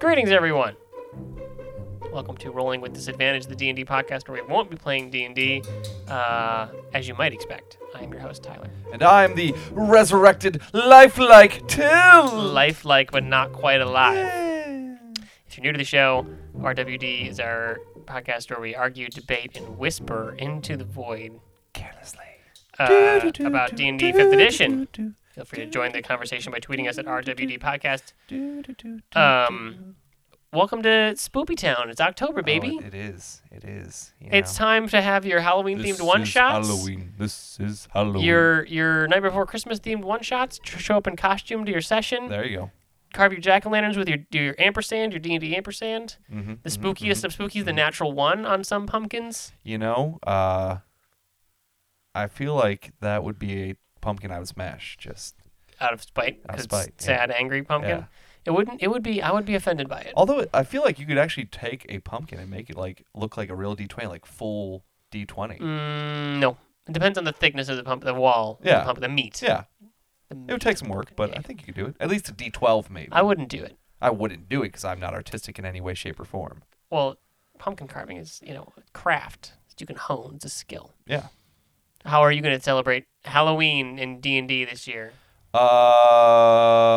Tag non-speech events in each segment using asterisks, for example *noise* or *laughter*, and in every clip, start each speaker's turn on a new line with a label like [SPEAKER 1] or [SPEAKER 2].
[SPEAKER 1] Greetings, everyone. Welcome to Rolling with Disadvantage, the D&D podcast where we won't be playing D&D, uh, as you might expect. I am your host, Tyler.
[SPEAKER 2] And I'm the resurrected, lifelike Till.
[SPEAKER 1] Lifelike, but not quite alive. If you're new to the show, RWD is our podcast where we argue, debate, and whisper into the void
[SPEAKER 2] Carelessly.
[SPEAKER 1] uh, about D&D 5th Edition. Feel free to join the conversation by tweeting us at RWD Podcast.
[SPEAKER 2] Uh,
[SPEAKER 1] Um, welcome to Spoopy Town. It's October, baby.
[SPEAKER 2] Oh, it is. It is. you
[SPEAKER 1] It's
[SPEAKER 2] know.
[SPEAKER 1] time to have your Halloween
[SPEAKER 2] This
[SPEAKER 1] themed one
[SPEAKER 2] is
[SPEAKER 1] shots.
[SPEAKER 2] Halloween. This is Halloween.
[SPEAKER 1] Your your night before Christmas themed one shots. Tr- Show up in costume to your session.
[SPEAKER 2] there you go.
[SPEAKER 1] Carve your jack o' lanterns with your do your ampersand, your D and D ampersand.
[SPEAKER 2] Mm-hmm.
[SPEAKER 1] The spookiest of spookies, the natural one on some pumpkins.
[SPEAKER 2] mm-hmm. You know, uh, I feel like that would be a pumpkin I would smash. Just
[SPEAKER 1] Out of spite,
[SPEAKER 2] Out of
[SPEAKER 1] 'cause
[SPEAKER 2] spite, yeah.
[SPEAKER 1] sad, angry pumpkin.
[SPEAKER 2] Yeah. Oh.
[SPEAKER 1] It wouldn't. It would be. I would be offended by it.
[SPEAKER 2] although it- I feel like you could actually take a pumpkin and make it like look like a real D20, like full D20.
[SPEAKER 1] Mm, no, it depends on the thickness of the pump, the wall,
[SPEAKER 2] Yeah.
[SPEAKER 1] the, pump, the meat.
[SPEAKER 2] Yeah,
[SPEAKER 1] The
[SPEAKER 2] it would
[SPEAKER 1] meat.
[SPEAKER 2] take some work, but I think you could do it. At least a D12 maybe.
[SPEAKER 1] I wouldn't do it.
[SPEAKER 2] I wouldn't do it because I'm not artistic in any way, shape, or form.
[SPEAKER 1] Well, pumpkin carving is you know a craft that you can hone. It's a skill.
[SPEAKER 2] Yeah.
[SPEAKER 1] How are you going to celebrate Halloween in D and D this year?
[SPEAKER 2] Um.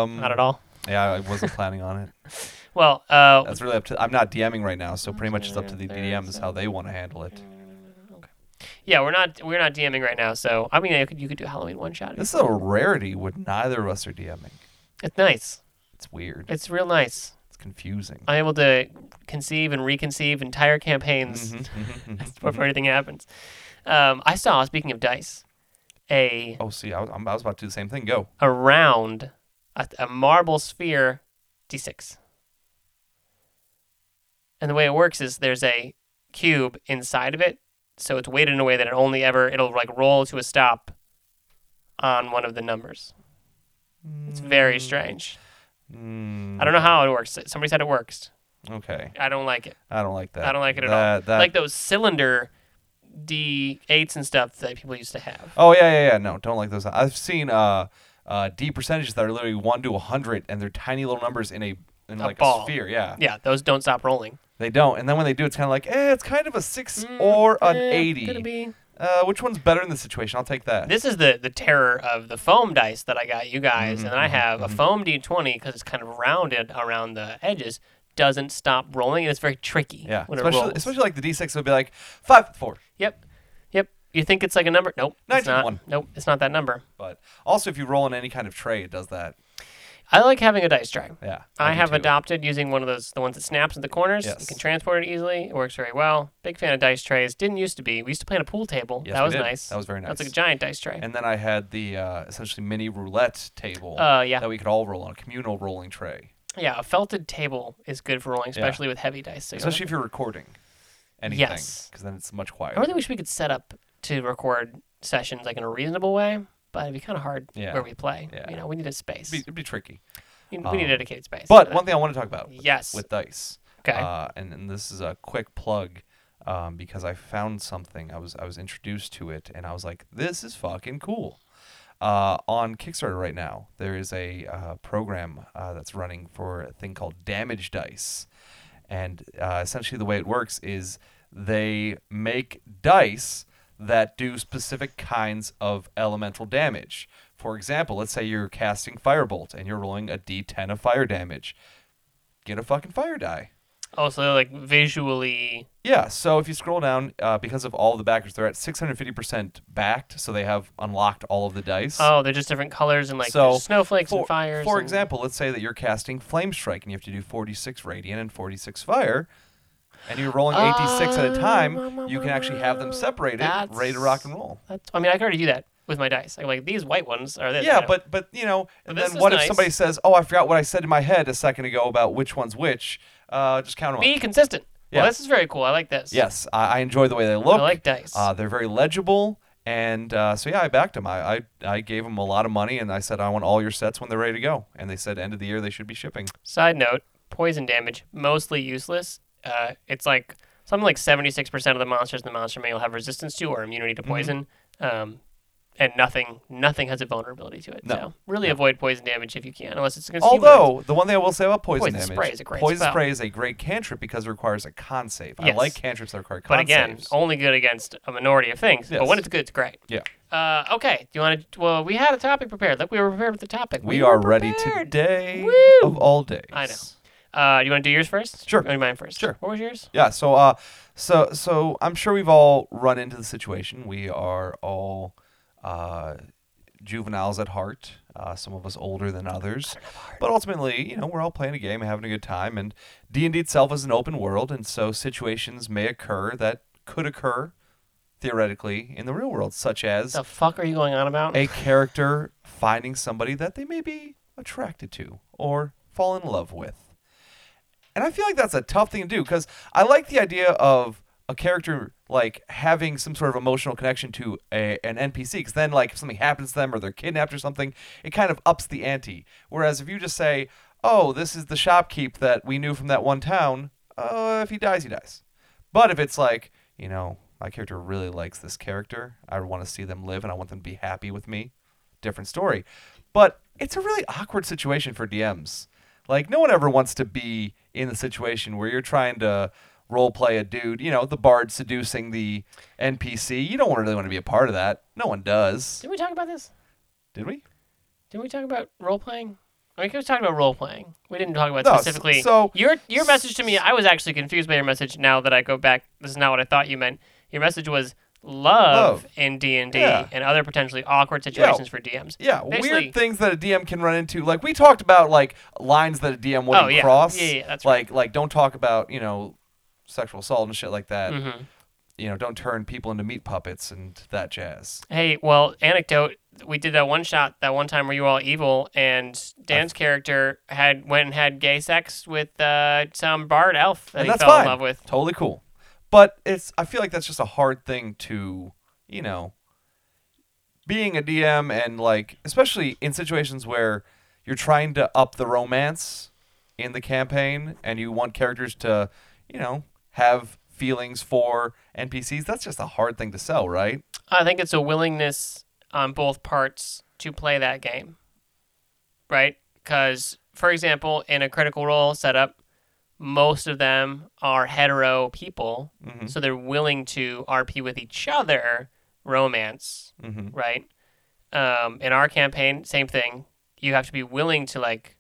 [SPEAKER 2] Mm.
[SPEAKER 1] Not at all.
[SPEAKER 2] Yeah, I wasn't planning on
[SPEAKER 1] *laughs*
[SPEAKER 2] it.
[SPEAKER 1] Well, uh,
[SPEAKER 2] That's really up to. I'm not DMing right now, so pretty much it's up to the
[SPEAKER 1] There
[SPEAKER 2] DMs
[SPEAKER 1] is
[SPEAKER 2] how
[SPEAKER 1] a-
[SPEAKER 2] they want to handle it.
[SPEAKER 1] yeah, we're not we're not DMing right now. So I mean, I could, you could do Halloween one shot.
[SPEAKER 2] This is a rarity when neither of us are DMing.
[SPEAKER 1] It's nice.
[SPEAKER 2] It's weird.
[SPEAKER 1] It's real nice.
[SPEAKER 2] It's confusing.
[SPEAKER 1] I'm able to conceive and reconceive entire campaigns *laughs*
[SPEAKER 2] Mhm, mhm, mhm.
[SPEAKER 1] before anything happens. Um, I saw, speaking of dice, a
[SPEAKER 2] Oh, see, I was, I'm- I was about to do the same thing. Go.
[SPEAKER 1] a round, a, a marble sphere, d6. And the way it works is there's a cube inside of it, so it's weighted in a way that it only ever it'll like roll to a stop on one of the numbers. It's very strange. I don't know how it works. Somebody said it works.
[SPEAKER 2] Mm, Okay,
[SPEAKER 1] I don't like it.
[SPEAKER 2] I don't like that.
[SPEAKER 1] I don't like it at
[SPEAKER 2] That-
[SPEAKER 1] all.
[SPEAKER 2] that-
[SPEAKER 1] Like those cylinder d8s and stuff that people used to have.
[SPEAKER 2] Oh yeah, yeah, yeah. No, don't like those. I've seen uh, uh, D percentages that are literally one to hundred, and they're tiny little numbers in a in
[SPEAKER 1] A
[SPEAKER 2] like
[SPEAKER 1] ball.
[SPEAKER 2] a sphere. Yeah.
[SPEAKER 1] Yeah, those don't stop rolling.
[SPEAKER 2] They don't. And then when they do, it's kind of like, eh, it's kind of a six or an
[SPEAKER 1] Eh, Gonna
[SPEAKER 2] eighty.
[SPEAKER 1] be
[SPEAKER 2] Uh, which one's better in this situation? I'll take that.
[SPEAKER 1] This is the the terror of the foam dice that I got you guys,
[SPEAKER 2] Mm-hmm,
[SPEAKER 1] and then I have a foam d20 because it's kind of rounded around the edges. Doesn't stop rolling, and it's very tricky.
[SPEAKER 2] yeah,
[SPEAKER 1] when it
[SPEAKER 2] especially
[SPEAKER 1] rolls.
[SPEAKER 2] especially like the D6 would be like five four.
[SPEAKER 1] Yep, yep. You think it's like a number? Nope, it's
[SPEAKER 2] 19
[SPEAKER 1] not.
[SPEAKER 2] one.
[SPEAKER 1] Nope, it's not that number.
[SPEAKER 2] But also, if you roll in any kind of tray, it does that.
[SPEAKER 1] I like having a dice tray.
[SPEAKER 2] Yeah,
[SPEAKER 1] I
[SPEAKER 2] do
[SPEAKER 1] have
[SPEAKER 2] too.
[SPEAKER 1] adopted using one of those, the ones that snaps in the corners. You
[SPEAKER 2] Yes.
[SPEAKER 1] can transport it easily. It works very well. Big fan of dice trays. Didn't used to be. We used to play on a pool table.
[SPEAKER 2] Yes,
[SPEAKER 1] that
[SPEAKER 2] we
[SPEAKER 1] was
[SPEAKER 2] did.
[SPEAKER 1] nice.
[SPEAKER 2] That was very
[SPEAKER 1] That's like
[SPEAKER 2] nice.
[SPEAKER 1] a giant dice tray.
[SPEAKER 2] And then I had the uh, essentially mini roulette table
[SPEAKER 1] Uh, yeah.
[SPEAKER 2] that we could all roll on a communal rolling tray,
[SPEAKER 1] yeah, a felted table is good for rolling,
[SPEAKER 2] Yeah.
[SPEAKER 1] especially with heavy dice. So you don't have
[SPEAKER 2] especially if you're recording anything,
[SPEAKER 1] Yes.
[SPEAKER 2] because then it's much quieter.
[SPEAKER 1] I really wish we could set up to record sessions like in a reasonable way, but it'd be kind of hard
[SPEAKER 2] Yeah.
[SPEAKER 1] where we play.
[SPEAKER 2] Yeah.
[SPEAKER 1] You know, we need a space.
[SPEAKER 2] it'd, be, it'd be tricky.
[SPEAKER 1] we, we need
[SPEAKER 2] um,
[SPEAKER 1] a dedicated space.
[SPEAKER 2] But
[SPEAKER 1] for
[SPEAKER 2] one
[SPEAKER 1] that.
[SPEAKER 2] thing I want to talk about, with-
[SPEAKER 1] yes.
[SPEAKER 2] with dice,
[SPEAKER 1] okay.
[SPEAKER 2] Uh, and, and this is a quick plug um, because I found something. I was I was introduced to it, and I was like, "This is fucking cool." Uh, on Kickstarter right now, there is a uh, program uh, that's running for a thing called Damage Dice, and uh, essentially the way it works is they make dice that do specific kinds of elemental damage. For example, let's say you're casting Firebolt and you're rolling a D10 of fire damage. Get a fucking fire die.
[SPEAKER 1] also, like visually,
[SPEAKER 2] Yeah, so if you scroll down, uh, because of all the backers, they're at 650% backed, so they have unlocked all of the dice.
[SPEAKER 1] oh, they're just different colors and like
[SPEAKER 2] So,
[SPEAKER 1] there's snowflakes
[SPEAKER 2] for,
[SPEAKER 1] and fires.
[SPEAKER 2] for
[SPEAKER 1] and-
[SPEAKER 2] example, let's say that you're casting Flame Strike and you have to do 46 Radiant and 46 Fire, and you're rolling 86 at a
[SPEAKER 1] Oh,
[SPEAKER 2] time, you can actually have
[SPEAKER 1] um,
[SPEAKER 2] them separated, ready to rock and roll.
[SPEAKER 1] That's, I mean, I can already do that with my dice. Like, like these white ones are this. you
[SPEAKER 2] Yeah,
[SPEAKER 1] know.
[SPEAKER 2] but but you know, and
[SPEAKER 1] this
[SPEAKER 2] then
[SPEAKER 1] is
[SPEAKER 2] what if
[SPEAKER 1] nice.
[SPEAKER 2] somebody says, "Oh, I forgot what I said in my head a second ago about which one's which"? Uh, just count them up.
[SPEAKER 1] be consistent. Well,
[SPEAKER 2] Yeah.
[SPEAKER 1] this is very cool. I like this.
[SPEAKER 2] Yes, I, I enjoy the way they look.
[SPEAKER 1] I like dice.
[SPEAKER 2] Uh, they're very legible, and uh, so yeah, I backed them. I, I I gave them a lot of money, and I said I want all your sets when they're ready to go. And they said end of the year they should be shipping.
[SPEAKER 1] Side note: poison damage mostly useless. Uh, it's like
[SPEAKER 2] Mm-hmm.
[SPEAKER 1] something like seventy six percent of the monsters in the monster manual have resistance to or immunity to poison. Um, and nothing nothing has a vulnerability to it.
[SPEAKER 2] No.
[SPEAKER 1] So really avoid poison damage if you can, unless it's going to
[SPEAKER 2] Although the one thing I will say about poison,
[SPEAKER 1] Poison
[SPEAKER 2] damage,
[SPEAKER 1] spray is a great
[SPEAKER 2] poison
[SPEAKER 1] spell.
[SPEAKER 2] spray is a great cantrip because it requires a con save. I
[SPEAKER 1] Yes.
[SPEAKER 2] like cantrips that require con
[SPEAKER 1] but again,
[SPEAKER 2] saves.
[SPEAKER 1] only good against a minority of things. But
[SPEAKER 2] Yes.
[SPEAKER 1] when it's good, it's great.
[SPEAKER 2] Yeah.
[SPEAKER 1] Uh, okay. Do you want to? Well, we had a topic prepared. Look, we were prepared with the topic.
[SPEAKER 2] we,
[SPEAKER 1] were
[SPEAKER 2] are ready
[SPEAKER 1] prepared.
[SPEAKER 2] today
[SPEAKER 1] Woo!
[SPEAKER 2] of all days.
[SPEAKER 1] I know. Uh, do you want to do yours first?
[SPEAKER 2] Sure.
[SPEAKER 1] Or mine first.
[SPEAKER 2] Sure.
[SPEAKER 1] What was yours?
[SPEAKER 2] Yeah. So, uh, so, so I'm sure we've all run into the situation. We are all uh, juveniles at heart. Uh, some of us older than others, but ultimately, you know, we're all playing a game and having a good time. And D and D itself is an open world, and so situations may occur that could occur theoretically in the real world, such as
[SPEAKER 1] The fuck are you going on about?
[SPEAKER 2] a character finding somebody that they may be attracted to or fall in love with. And I feel like that's a tough thing to do because I like the idea of a character like having some sort of emotional connection to a, an NPC because then like if something happens to them or they're kidnapped or something, it kind of ups the ante. Whereas if you just say, "Oh, this is the shopkeep that we knew from that one town," uh, if he dies, he dies. But if it's like, you know, my character really likes this character, I want to see them live and I want them to be happy with me, different story. But it's a really awkward situation for DMs. Like, no one ever wants to be in the situation where you're trying to role play a dude, you know, the bard seducing the NPC. You don't really want to be a part of that. No one does.
[SPEAKER 1] Did we talk about this?
[SPEAKER 2] Did we?
[SPEAKER 1] Did we talk about role playing? I think we talked about role playing. We didn't talk about
[SPEAKER 2] No, s-
[SPEAKER 1] specifically.
[SPEAKER 2] so-
[SPEAKER 1] your your message to me, I was actually confused by your message. Now that I go back, this is not what I thought you meant. Your message was love,
[SPEAKER 2] Love.
[SPEAKER 1] in D and D
[SPEAKER 2] Yeah.
[SPEAKER 1] and other potentially awkward situations for DMs.
[SPEAKER 2] Yeah,
[SPEAKER 1] Basically-
[SPEAKER 2] weird things that a DM can run into. Like we talked about, like lines that a DM wouldn't
[SPEAKER 1] Oh, yeah.
[SPEAKER 2] cross.
[SPEAKER 1] Yeah, yeah, that's
[SPEAKER 2] like like don't talk about you know sexual assault and shit like that.
[SPEAKER 1] Mhm.
[SPEAKER 2] You know, don't turn people into meat puppets and that jazz.
[SPEAKER 1] Hey, well, anecdote. We did that one shot that one time where you were all evil, and Dan's character had went and had gay sex with uh, some bard elf that
[SPEAKER 2] and
[SPEAKER 1] he
[SPEAKER 2] that's
[SPEAKER 1] fell
[SPEAKER 2] fine.
[SPEAKER 1] in love with.
[SPEAKER 2] Totally cool. But it's I feel like that's just a hard thing to you know being a DM and like especially in situations where you're trying to up the romance in the campaign and you want characters to, you know, have feelings for NPCs, that's just a hard thing to sell, right?
[SPEAKER 1] I think it's a willingness on both parts to play that game, right? Because, for example, in a critical role setup, most of them are hetero people,
[SPEAKER 2] Mm-hmm.
[SPEAKER 1] so they're willing to RP with each other, romance,
[SPEAKER 2] Mm-hmm.
[SPEAKER 1] *laughs* right? Um, in our campaign, same thing. You have to be willing to like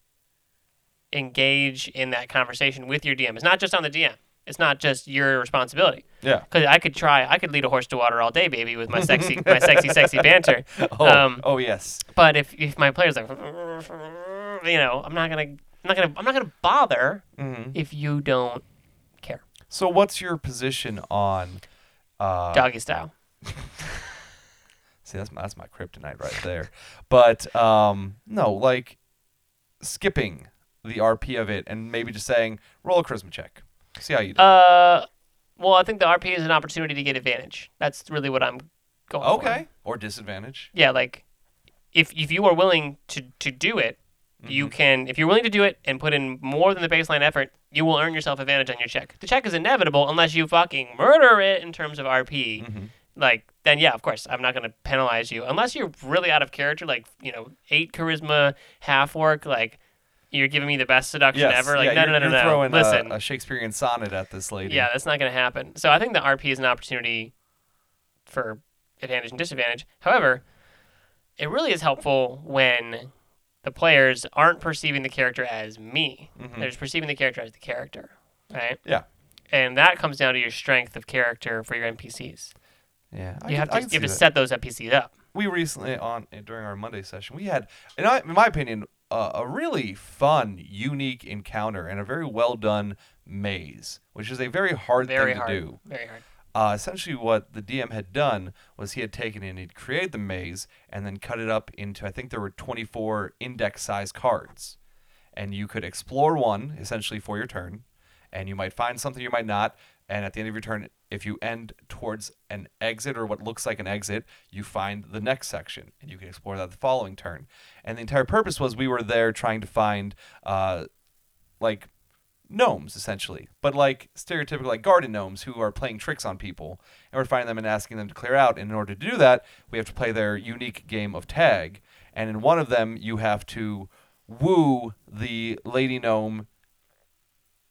[SPEAKER 1] engage in that conversation with your DM. It's not just on the DM. It's not just your responsibility.
[SPEAKER 2] Yeah.
[SPEAKER 1] Because I could try, I could lead a horse to water all day, baby, with my
[SPEAKER 2] *laughs*
[SPEAKER 1] sexy, my sexy, sexy banter.
[SPEAKER 2] Oh,
[SPEAKER 1] Um,
[SPEAKER 2] oh yes.
[SPEAKER 1] But if, if my player's like, *laughs* you know, I'm not gonna, I'm not gonna, I'm not gonna bother
[SPEAKER 2] Mm-hmm.
[SPEAKER 1] if you don't care,
[SPEAKER 2] So what's your position on uh,
[SPEAKER 1] doggy style.
[SPEAKER 2] See, that's my, that's my kryptonite right there. But um, no, like skipping the RP of it and maybe just saying roll a charisma check, see how you do.
[SPEAKER 1] Uh, well, I think the RP is an opportunity to get advantage. That's really what I'm going. for.
[SPEAKER 2] okay, or disadvantage.
[SPEAKER 1] Yeah, like if if you are willing to to do it, you
[SPEAKER 2] Mm-hmm.
[SPEAKER 1] can. If you're willing to do it and put in more than the baseline effort, you will earn yourself advantage on your check. The check is inevitable unless you fucking murder it in terms of RP.
[SPEAKER 2] Mhm.
[SPEAKER 1] Like then, yeah, of course, I'm not gonna penalize you unless you're really out of character. Like you know, eight charisma, half work, like. You're giving me the best seduction
[SPEAKER 2] Yes,
[SPEAKER 1] ever. Like
[SPEAKER 2] yeah,
[SPEAKER 1] no, no,
[SPEAKER 2] you're,
[SPEAKER 1] no,
[SPEAKER 2] you're
[SPEAKER 1] no, no.
[SPEAKER 2] throwing uh, a-
[SPEAKER 1] Listen,
[SPEAKER 2] a, Shakespearean sonnet at this lady.
[SPEAKER 1] yeah, that's not going to happen. So I think the RP is an opportunity for advantage and disadvantage. However, it really is helpful when the players aren't perceiving the character as me.
[SPEAKER 2] Mhm.
[SPEAKER 1] They're just perceiving the character as the character, right?
[SPEAKER 2] Yeah.
[SPEAKER 1] And that comes down to your strength of character for your NPCs.
[SPEAKER 2] yeah.
[SPEAKER 1] you
[SPEAKER 2] I can-
[SPEAKER 1] have to
[SPEAKER 2] I can
[SPEAKER 1] you have
[SPEAKER 2] see
[SPEAKER 1] to
[SPEAKER 2] that.
[SPEAKER 1] set those NPCs up.
[SPEAKER 2] we recently on eh, during our Monday session, we had, in, I, in my opinion, uh, a really fun, unique encounter and a very well done maze, which is a very hard
[SPEAKER 1] Very
[SPEAKER 2] thing
[SPEAKER 1] hard.
[SPEAKER 2] to do.
[SPEAKER 1] Very hard.
[SPEAKER 2] uh, essentially what the DM had done was he had taken and he'd created the maze and then cut it up into I think there were 24 index size cards, and you could explore one essentially for your turn, and you might find something you might not, and at the end of your turn, if you end towards an exit or what looks like an exit, you find the next section and you can explore that the following turn, and the entire purpose was we were there trying to find uh, like gnomes essentially, but like stereotypical like garden gnomes who are playing tricks on people, and we're finding them and asking them to clear out. And in order to do that, we have to play their unique game of tag. And in one of them, you have to woo the lady gnome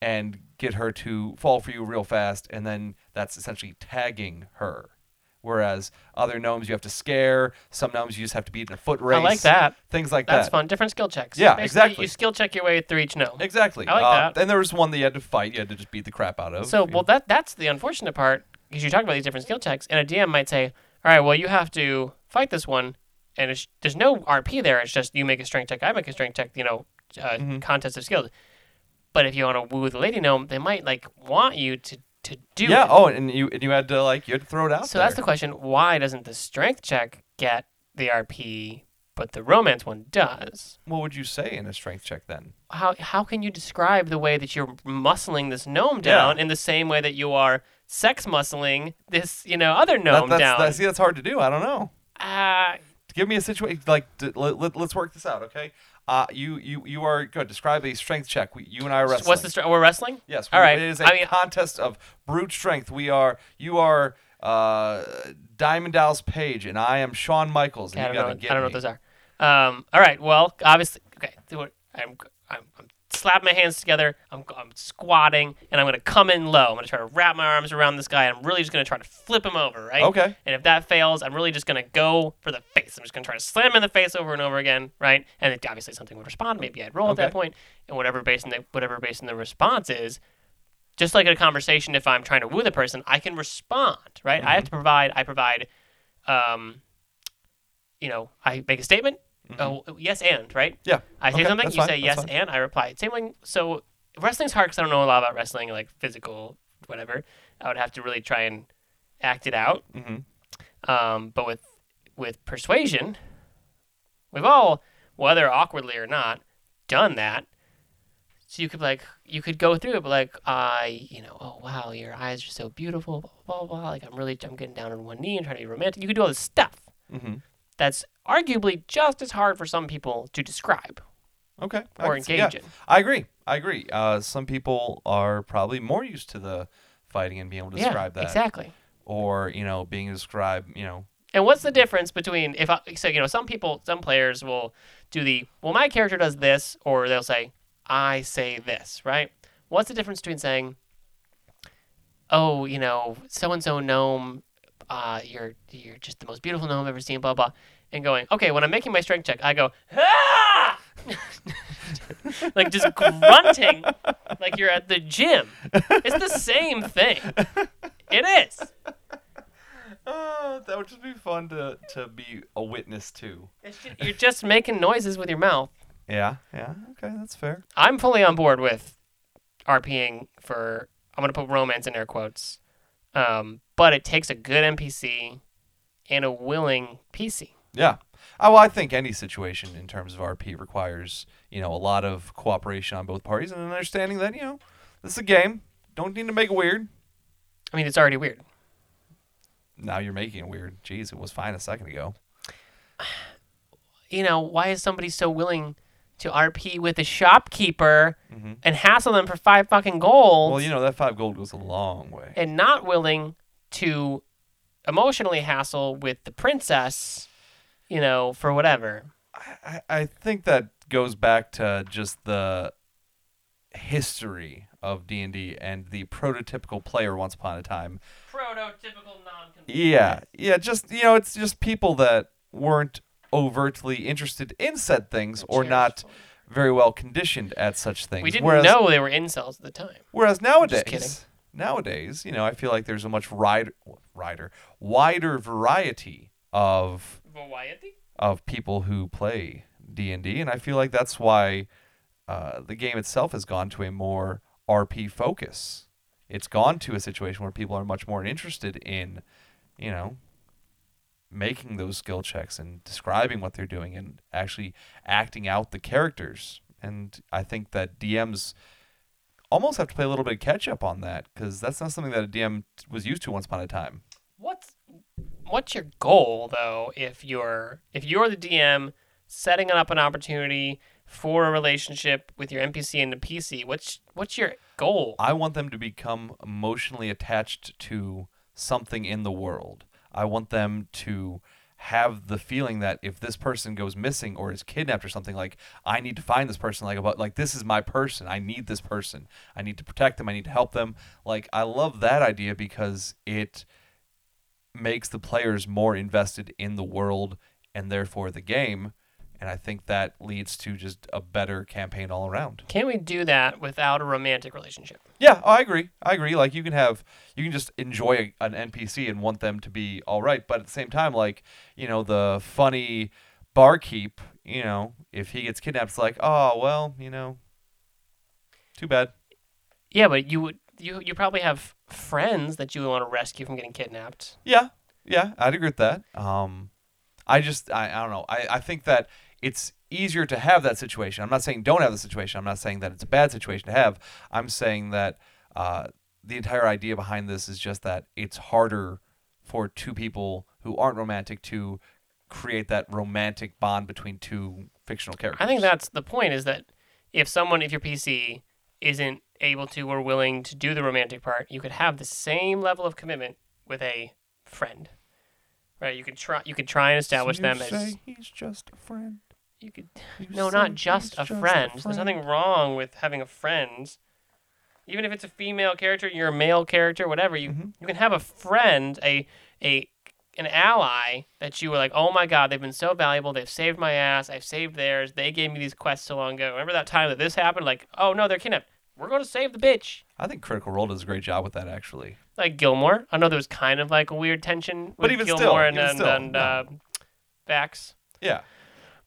[SPEAKER 2] and get her to fall for you real fast, and then that's essentially tagging her. Whereas other gnomes you have to scare, some gnomes you just have to beat in a foot race.
[SPEAKER 1] I like that.
[SPEAKER 2] Things like
[SPEAKER 1] That's
[SPEAKER 2] that.
[SPEAKER 1] fun. Different skill checks.
[SPEAKER 2] Yeah,
[SPEAKER 1] Basically,
[SPEAKER 2] exactly.
[SPEAKER 1] You skill check your way through each gnome.
[SPEAKER 2] Exactly.
[SPEAKER 1] I like
[SPEAKER 2] Uh,
[SPEAKER 1] that.
[SPEAKER 2] And there was one that you had to fight. You had to just beat the crap out of.
[SPEAKER 1] So,
[SPEAKER 2] You-
[SPEAKER 1] well, that that's the unfortunate part because you talk about these different skill checks, and a DM might say, "All right, well, you have to fight this one," and it's, there's no RP there. It's just you make a strength check, I make a strength check. You know, uh,
[SPEAKER 2] Mhm.
[SPEAKER 1] contest of skills. But if you want to woo the lady gnome, they might like want you to to do
[SPEAKER 2] yeah.
[SPEAKER 1] it.
[SPEAKER 2] Oh, and you and you had to like you had to throw it out.
[SPEAKER 1] so that's the
[SPEAKER 2] there.
[SPEAKER 1] question: Why doesn't the strength check get the RP, but the romance one does?
[SPEAKER 2] What would you say in a strength check then?
[SPEAKER 1] How how can you describe the way that you're muscling this gnome
[SPEAKER 2] Yeah.
[SPEAKER 1] down in the same way that you are sex muscling this you know other
[SPEAKER 2] That-
[SPEAKER 1] gnome
[SPEAKER 2] that's,
[SPEAKER 1] down?
[SPEAKER 2] That's, see, that's hard to do. I don't know.
[SPEAKER 1] Uh,
[SPEAKER 2] Give me a situation. Like, d- let, let, us work this out, okay? Uh, you you you are good. Describe a strength check. We, you and I are wrestling.
[SPEAKER 1] what's the str- we're wrestling?
[SPEAKER 2] Yes.
[SPEAKER 1] All
[SPEAKER 2] we-
[SPEAKER 1] right.
[SPEAKER 2] It is a
[SPEAKER 1] I mean-
[SPEAKER 2] contest of brute strength. We are. You are uh, Diamond Dallas Page, and I am Shawn Michaels. And
[SPEAKER 1] I don't
[SPEAKER 2] you
[SPEAKER 1] know.
[SPEAKER 2] gotta
[SPEAKER 1] I
[SPEAKER 2] get
[SPEAKER 1] don't know what
[SPEAKER 2] me.
[SPEAKER 1] those are. Um, all right. Well, obviously, okay. do it. I'm, I'm, I'm slapping my hands together. I'm, I'm squatting, and I'm gonna come in low. I'm gonna try to wrap my arms around this guy. I'm really just gonna try to flip him over, right?
[SPEAKER 2] Okay.
[SPEAKER 1] And if that fails, I'm really just gonna go for the face. I'm just gonna try to slam him in the face over and over again, right? And it, obviously, something would respond. Maybe I'd roll at
[SPEAKER 2] Okay.
[SPEAKER 1] that point, and whatever based on the whatever based on the response is, just like in a conversation, if I'm trying to woo the person, I can respond, right? I have
[SPEAKER 2] Mm-hmm.
[SPEAKER 1] to provide. I provide. Um, you know, I make a statement. Oh, yes, and right.
[SPEAKER 2] Yeah.
[SPEAKER 1] I say
[SPEAKER 2] Mm-hmm. Okay,
[SPEAKER 1] something.
[SPEAKER 2] that's
[SPEAKER 1] You
[SPEAKER 2] fine,
[SPEAKER 1] say yes,
[SPEAKER 2] that's fine.
[SPEAKER 1] and I reply. Same thing. So wrestling's hard because I don't know a lot about wrestling, like physical, whatever. I would have to really try and act it out.
[SPEAKER 2] Mhm.
[SPEAKER 1] Um, but with with persuasion, we've all, whether awkwardly or not, done that. So you could like you could go through it, but like I, you know, oh wow, your eyes are so beautiful, blah blah blah. blah. Like I'm really, I'm getting down on one knee and trying to be romantic. You could do all this stuff
[SPEAKER 2] Mhm.
[SPEAKER 1] that's arguably just as hard for some people to describe
[SPEAKER 2] Okay. I
[SPEAKER 1] or
[SPEAKER 2] can see- yeah.
[SPEAKER 1] engage in.
[SPEAKER 2] I agree. I agree. Uh, some people are probably more used to the fighting and being able to describe
[SPEAKER 1] yeah,
[SPEAKER 2] that,
[SPEAKER 1] exactly.
[SPEAKER 2] or you know, being able to describe, you know,
[SPEAKER 1] And what's the difference between if I so you know some people some players will do the well my character does this or they'll say I say this right? What's the difference between saying oh you know so and so gnome uh, you're you're just the most beautiful gnome I've ever seen blah blah and going okay when I'm making my strength check I go ah! *laughs* like just grunting like you're at the gym it's the same thing it is
[SPEAKER 2] uh, that would just be fun to to be a witness to.
[SPEAKER 1] It's ju- you're just making noises with your mouth.
[SPEAKER 2] Yeah. Yeah. Okay, that's fair.
[SPEAKER 1] I'm fully on board with RPing for. I'm gonna put romance in air quotes, um, but it takes a good NPC and a willing PC.
[SPEAKER 2] Yeah. Uh, well, I think any situation in terms of RP requires you know a lot of cooperation on both parties and an understanding that you know this is a game. Don't need to make it weird.
[SPEAKER 1] I mean, it's already weird.
[SPEAKER 2] Now you're making it weird. Jeez, it was fine a second ago.
[SPEAKER 1] You know, why is somebody so willing to RP with a shopkeeper
[SPEAKER 2] Mhm.
[SPEAKER 1] and hassle them for five fucking gold,
[SPEAKER 2] Well, you know that five gold goes a long way.
[SPEAKER 1] and not willing to emotionally hassle with the princess? You know, for whatever.
[SPEAKER 2] I, I think that goes back to just the history of D and D and the prototypical player once upon a time.
[SPEAKER 1] Prototypical non.
[SPEAKER 2] Yeah, yeah, just you know, it's just people that weren't overtly interested in said things or not very well conditioned at such things.
[SPEAKER 1] We didn't
[SPEAKER 2] whereas,
[SPEAKER 1] know they were incels at the time.
[SPEAKER 2] Whereas
[SPEAKER 1] just kidding.
[SPEAKER 2] nowadays, nowadays, you know, I feel like there's a much rider, rider, wider variety of of people who play D and D, and I feel like that's why uh, the game itself has gone to a more RP focus. It's gone to a situation where people are much more interested in, you know, making those skill checks and describing what they're doing and actually acting out the characters. And I think that DMs almost have to play a little bit of catch up on that because that's not something that a DM t- was used to once upon a time.
[SPEAKER 1] What's what's your goal though? If you're if you're the DM setting up an opportunity for a relationship with your NPC and the PC, what's what's your goal?
[SPEAKER 2] I want them to become emotionally attached to something in the world. I want them to have the feeling that if this person goes missing or is kidnapped or something like I need to find this person like about like this is my person. I need this person. I need to protect them. I need to help them. Like I love that idea because it makes the players more invested in the world and therefore the game and I think that leads to just a better campaign all around.
[SPEAKER 1] Can we do that without a romantic relationship?
[SPEAKER 2] Yeah, I agree. I agree. Like you can have, you can just enjoy a, an NPC and want them to be all right, but at the same time, like you know, the funny barkeep, you know, if he gets kidnapped, it's like, oh well, you know, too bad.
[SPEAKER 1] Yeah, but you would you you probably have friends that you would want to rescue from getting kidnapped.
[SPEAKER 2] Yeah, yeah, I'd agree with that. Um, I just, I, I don't know. I, I think that it's easier to have that situation. I'm not saying don't have the situation. I'm not saying that it's a bad situation to have. I'm saying that uh, the entire idea behind this is just that it's harder for two people who aren't romantic to create that romantic bond between two fictional characters.
[SPEAKER 1] I think that's the point is that if someone if your PC isn't able to or willing to do the romantic part, you could have the same level of commitment with a friend. Right, you could try. You could try and establish
[SPEAKER 2] So you
[SPEAKER 1] them as
[SPEAKER 2] say he's just a friend.
[SPEAKER 1] you could
[SPEAKER 2] You
[SPEAKER 1] no,
[SPEAKER 2] say
[SPEAKER 1] not just
[SPEAKER 2] he's
[SPEAKER 1] a,
[SPEAKER 2] just a
[SPEAKER 1] friend. There's
[SPEAKER 2] friend.
[SPEAKER 1] nothing wrong with having a friend. Even if it's a female character, you're a male character, whatever. You
[SPEAKER 2] Mhm.
[SPEAKER 1] you can have a friend, a a an ally that you were like, oh my god, they've been so valuable. They've saved my ass. I've saved theirs. They gave me these quests so long ago. Remember that time that this happened? Like, oh no, they're kidnapped. We're going to save the bitch.
[SPEAKER 2] I think Critical Role does a great job with that actually.
[SPEAKER 1] Like Gilmore. I know there was kind of like a weird tension with
[SPEAKER 2] But even
[SPEAKER 1] Gilmore
[SPEAKER 2] still,
[SPEAKER 1] and
[SPEAKER 2] even
[SPEAKER 1] and,
[SPEAKER 2] still,
[SPEAKER 1] and
[SPEAKER 2] no.
[SPEAKER 1] uh, Vax.
[SPEAKER 2] Yeah,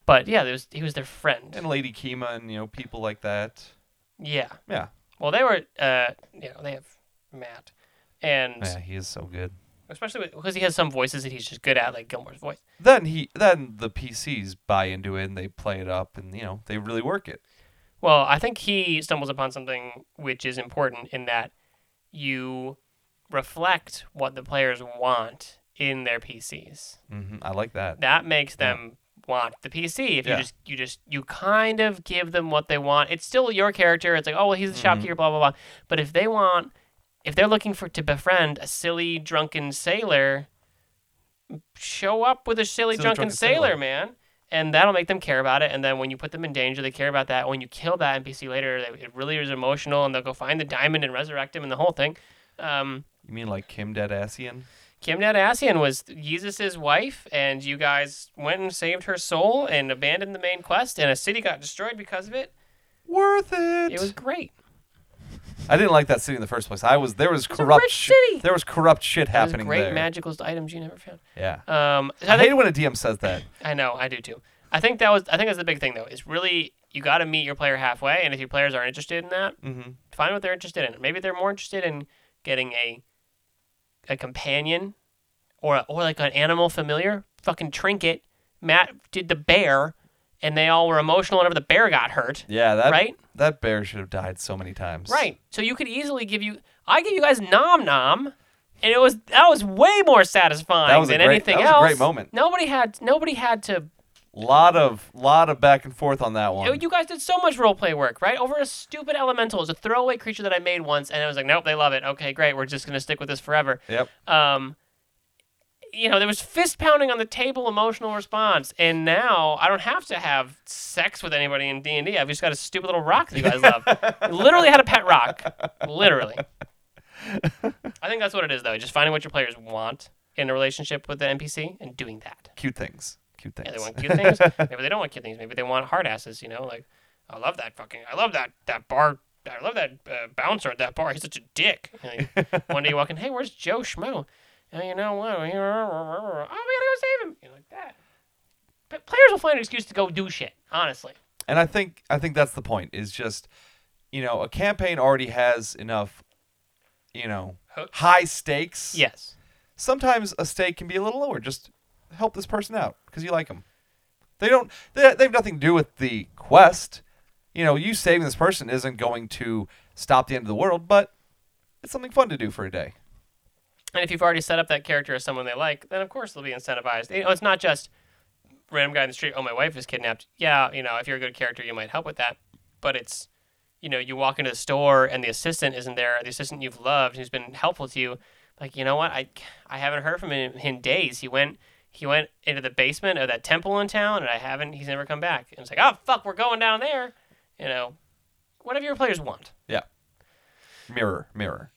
[SPEAKER 1] But yeah, there was, he was their friend.
[SPEAKER 2] and Lady Kima and you know people like that.
[SPEAKER 1] yeah.
[SPEAKER 2] Yeah,
[SPEAKER 1] Well, they were, uh, you know, they have Matt, and
[SPEAKER 2] yeah, he is so good.
[SPEAKER 1] especially because he has some voices that he's just good at, like Gilmore's voice.
[SPEAKER 2] then he then the PCs buy into it and they play it up and you know they really work it.
[SPEAKER 1] Well, I think he stumbles upon something which is important in that you reflect what the players want in their PCs.
[SPEAKER 2] hmm I like that.
[SPEAKER 1] That makes them want the PC. If
[SPEAKER 2] Yeah.
[SPEAKER 1] you just you just you kind of give them what they want. It's still your character. It's like, oh well, he's the
[SPEAKER 2] Mhm.
[SPEAKER 1] shopkeeper, blah blah blah. But if they want, if they're looking for to befriend a silly drunken sailor, show up with a silly, drunken, sailor, man. And that'll make them care about it. And then when you put them in danger, they care about that. When you kill that NPC later, they, it really is emotional, and they'll go find the diamond and resurrect him and the whole thing. Um,
[SPEAKER 2] You mean like Kim Dedassian?
[SPEAKER 1] Kim Nadassian was Jesus' wife, and you guys went and saved her soul and abandoned the main quest, and a city got destroyed because of it.
[SPEAKER 2] Worth it.
[SPEAKER 1] It was great.
[SPEAKER 2] I didn't like that city in the first place. I was there was
[SPEAKER 1] It's a
[SPEAKER 2] corrupt
[SPEAKER 1] rich
[SPEAKER 2] sh-
[SPEAKER 1] city.
[SPEAKER 2] There was corrupt shit
[SPEAKER 1] It was
[SPEAKER 2] happening
[SPEAKER 1] great
[SPEAKER 2] there.
[SPEAKER 1] magical items you never found.
[SPEAKER 2] yeah.
[SPEAKER 1] Um, so
[SPEAKER 2] I,
[SPEAKER 1] I,
[SPEAKER 2] hate
[SPEAKER 1] think,
[SPEAKER 2] when a DM says that.
[SPEAKER 1] I know, I do too. I think that was I think that's the big thing though. Is really you got to meet your player halfway, and if your players aren't interested in that,
[SPEAKER 2] hmm
[SPEAKER 1] find what they're interested in. Maybe they're more interested in getting a a companion or or like an animal familiar. Fucking trinket. Matt did the bear, and they all were emotional whenever the bear got hurt.
[SPEAKER 2] Yeah, that
[SPEAKER 1] Right?
[SPEAKER 2] that bear should have died so many times.
[SPEAKER 1] Right. So you could easily give you. I give you guys nom nom, and it was that was way more satisfying
[SPEAKER 2] That was a
[SPEAKER 1] than
[SPEAKER 2] great-
[SPEAKER 1] anything
[SPEAKER 2] that was a
[SPEAKER 1] else.
[SPEAKER 2] great moment.
[SPEAKER 1] Nobody had nobody had to.
[SPEAKER 2] Lot of lot of back and forth on that one.
[SPEAKER 1] You guys did so much role play work, right? Over a stupid elemental, it was a throwaway creature that I made once, and I was like, nope, they love it. Okay, great, we're just gonna stick with this forever.
[SPEAKER 2] yep.
[SPEAKER 1] Um, you know, there was fist pounding on the table, emotional response, and now I don't have to have sex with anybody in D and D. I've just got a stupid little rock that you guys love. Literally had a pet rock. Literally. I think that's what it is, though. Just finding what your players want in a relationship with the NPC and doing that.
[SPEAKER 2] Cute things. Cute things.
[SPEAKER 1] Yeah, they want cute things. Maybe they don't want cute things. Maybe they want hard asses. You know, like I love that fucking. I love that that bar. I love that uh, bouncer at that bar. He's such a dick. You know, you- one day you walk in, hey, where's Joe Schmo? Oh, you know what? Oh, we gotta go save him. You know, like that. But players will find an excuse to go do shit. Honestly,
[SPEAKER 2] And I think I think that's the point is just you know, a campaign already has enough you know,
[SPEAKER 1] Hooks.
[SPEAKER 2] high stakes.
[SPEAKER 1] yes.
[SPEAKER 2] Sometimes a stake can be a little lower. Just help this person out cuz you like them. They don't they, they have nothing to do with the quest. You know, you saving this person isn't going to stop the end of the world, but it's something fun to do for a day.
[SPEAKER 1] And if you've already set up that character as someone they like, then of course they'll be incentivized. You know, it's not just random guy in the street, oh, my wife is kidnapped. Yeah, you know, if you're a good character, you might help with that. But it's, you know, you walk into the store and the assistant isn't there, the assistant you've loved, who's been helpful to you. Like, you know what? I, I haven't heard from him in days. He went he went into the basement of that temple in town, and I haven't. He's never come back. And it's like, oh fuck, we're going down there. You know, whatever your players want.
[SPEAKER 2] Yeah. Mirror, mirror.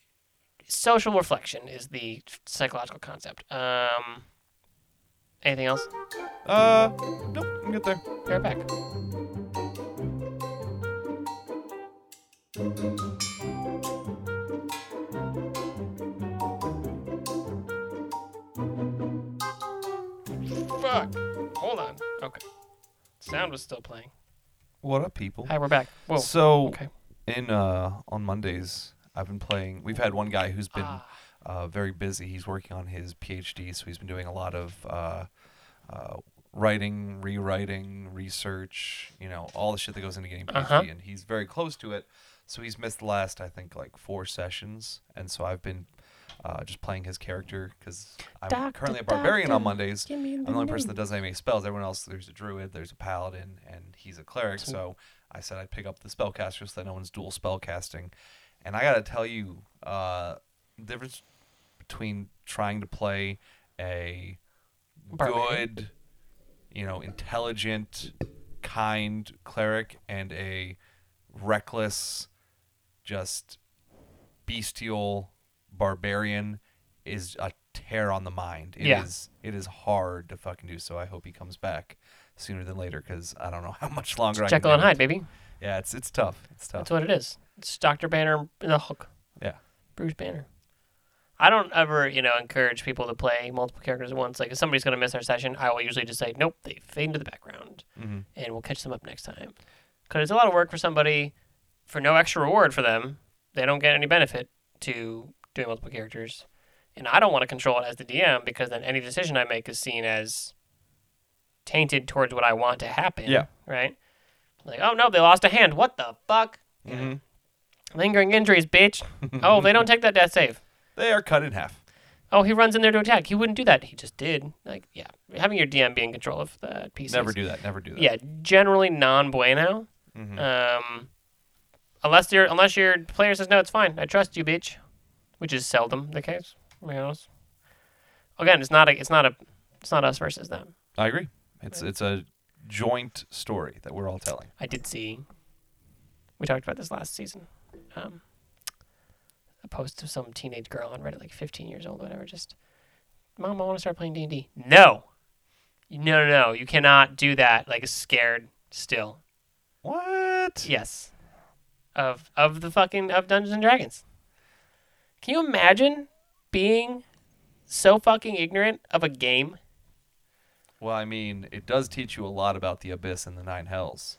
[SPEAKER 1] Social reflection is the psychological concept. Um, anything else?
[SPEAKER 2] Uh, nope, I'm good there.
[SPEAKER 1] Be right back. Fuck. Hold on. Okay. Sound was still playing.
[SPEAKER 2] What up, people?
[SPEAKER 1] Hi, we're back. Whoa.
[SPEAKER 2] So,
[SPEAKER 1] Okay.
[SPEAKER 2] in uh, on Mondays, I've been playing. We've had one guy who's been
[SPEAKER 1] Ah.
[SPEAKER 2] uh, very busy. He's working on his PhD, so he's been doing a lot of uh, uh, writing, rewriting, research. You know, all the shit that goes into getting PhD,
[SPEAKER 1] Uh-huh.
[SPEAKER 2] and he's very close to it. So he's missed the last, I think, like four sessions, and so I've been uh, just playing his character because I'm
[SPEAKER 1] Doctor,
[SPEAKER 2] currently a barbarian on
[SPEAKER 1] doctor,
[SPEAKER 2] Mondays.
[SPEAKER 1] give me
[SPEAKER 2] I'm
[SPEAKER 1] the
[SPEAKER 2] the only person
[SPEAKER 1] name.
[SPEAKER 2] that doesn't have any spells. Everyone else, there's a druid, there's a paladin, and he's a cleric. So I said I'd pick up the spellcaster so that no one's dual spellcasting. And I gotta tell you, uh, the difference between trying to play a
[SPEAKER 1] Barbarian.
[SPEAKER 2] good, you know, intelligent, kind cleric and a reckless, just bestial barbarian is a tear on the mind. It is
[SPEAKER 1] Yeah.
[SPEAKER 2] it is hard to fucking do. So I hope he comes back sooner than later because I don't know *laughs* how much longer I
[SPEAKER 1] Jekyll
[SPEAKER 2] can
[SPEAKER 1] and
[SPEAKER 2] do it.
[SPEAKER 1] Hyde, baby.
[SPEAKER 2] Yeah, it's it's tough. It's tough.
[SPEAKER 1] That's what it is. It's Doctor Banner and the Hulk.
[SPEAKER 2] yeah.
[SPEAKER 1] Bruce Banner. I don't ever, you know, encourage people to play multiple characters at once. Like if somebody's gonna miss our session, I will usually just say, nope, they fade into the background,
[SPEAKER 2] Mm-hmm.
[SPEAKER 1] and we'll catch them up next time. Because it's a lot of work for somebody, for no extra reward for them. They don't get any benefit to doing multiple characters, and I don't want to control it as the DM because then any decision I make is seen as tainted towards what I want to happen.
[SPEAKER 2] Yeah.
[SPEAKER 1] Right. Like, oh no, they lost a hand. What the fuck?
[SPEAKER 2] Mm-hmm.
[SPEAKER 1] Lingering injuries, bitch.
[SPEAKER 2] *laughs*
[SPEAKER 1] oh, they don't take that death save.
[SPEAKER 2] They are cut in half.
[SPEAKER 1] Oh, he runs in there to attack. He wouldn't do that. He just did. Like, yeah, having your DM be in control of the pieces.
[SPEAKER 2] Never do that. Never do that.
[SPEAKER 1] Yeah, generally non bueno.
[SPEAKER 2] Mhm.
[SPEAKER 1] Um, unless your unless your player says no, it's fine. I trust you, bitch, which is seldom the case. To be honest. Again, it's not a it's not a it's not us versus them.
[SPEAKER 2] I agree. It's it's a joint story that we're all telling.
[SPEAKER 1] I did see. We talked about this last season. Um, a post of some teenage girl on Reddit, like 15 years old, whatever. Just, mom, I want to start playing D and D. No, no, no, no. You cannot do that. Like scared still.
[SPEAKER 2] What?
[SPEAKER 1] Yes. Of of the fucking of Dungeons and Dragons. Can you imagine being so fucking ignorant of a game?
[SPEAKER 2] Well, I mean, it does teach you a lot about the abyss and the nine hells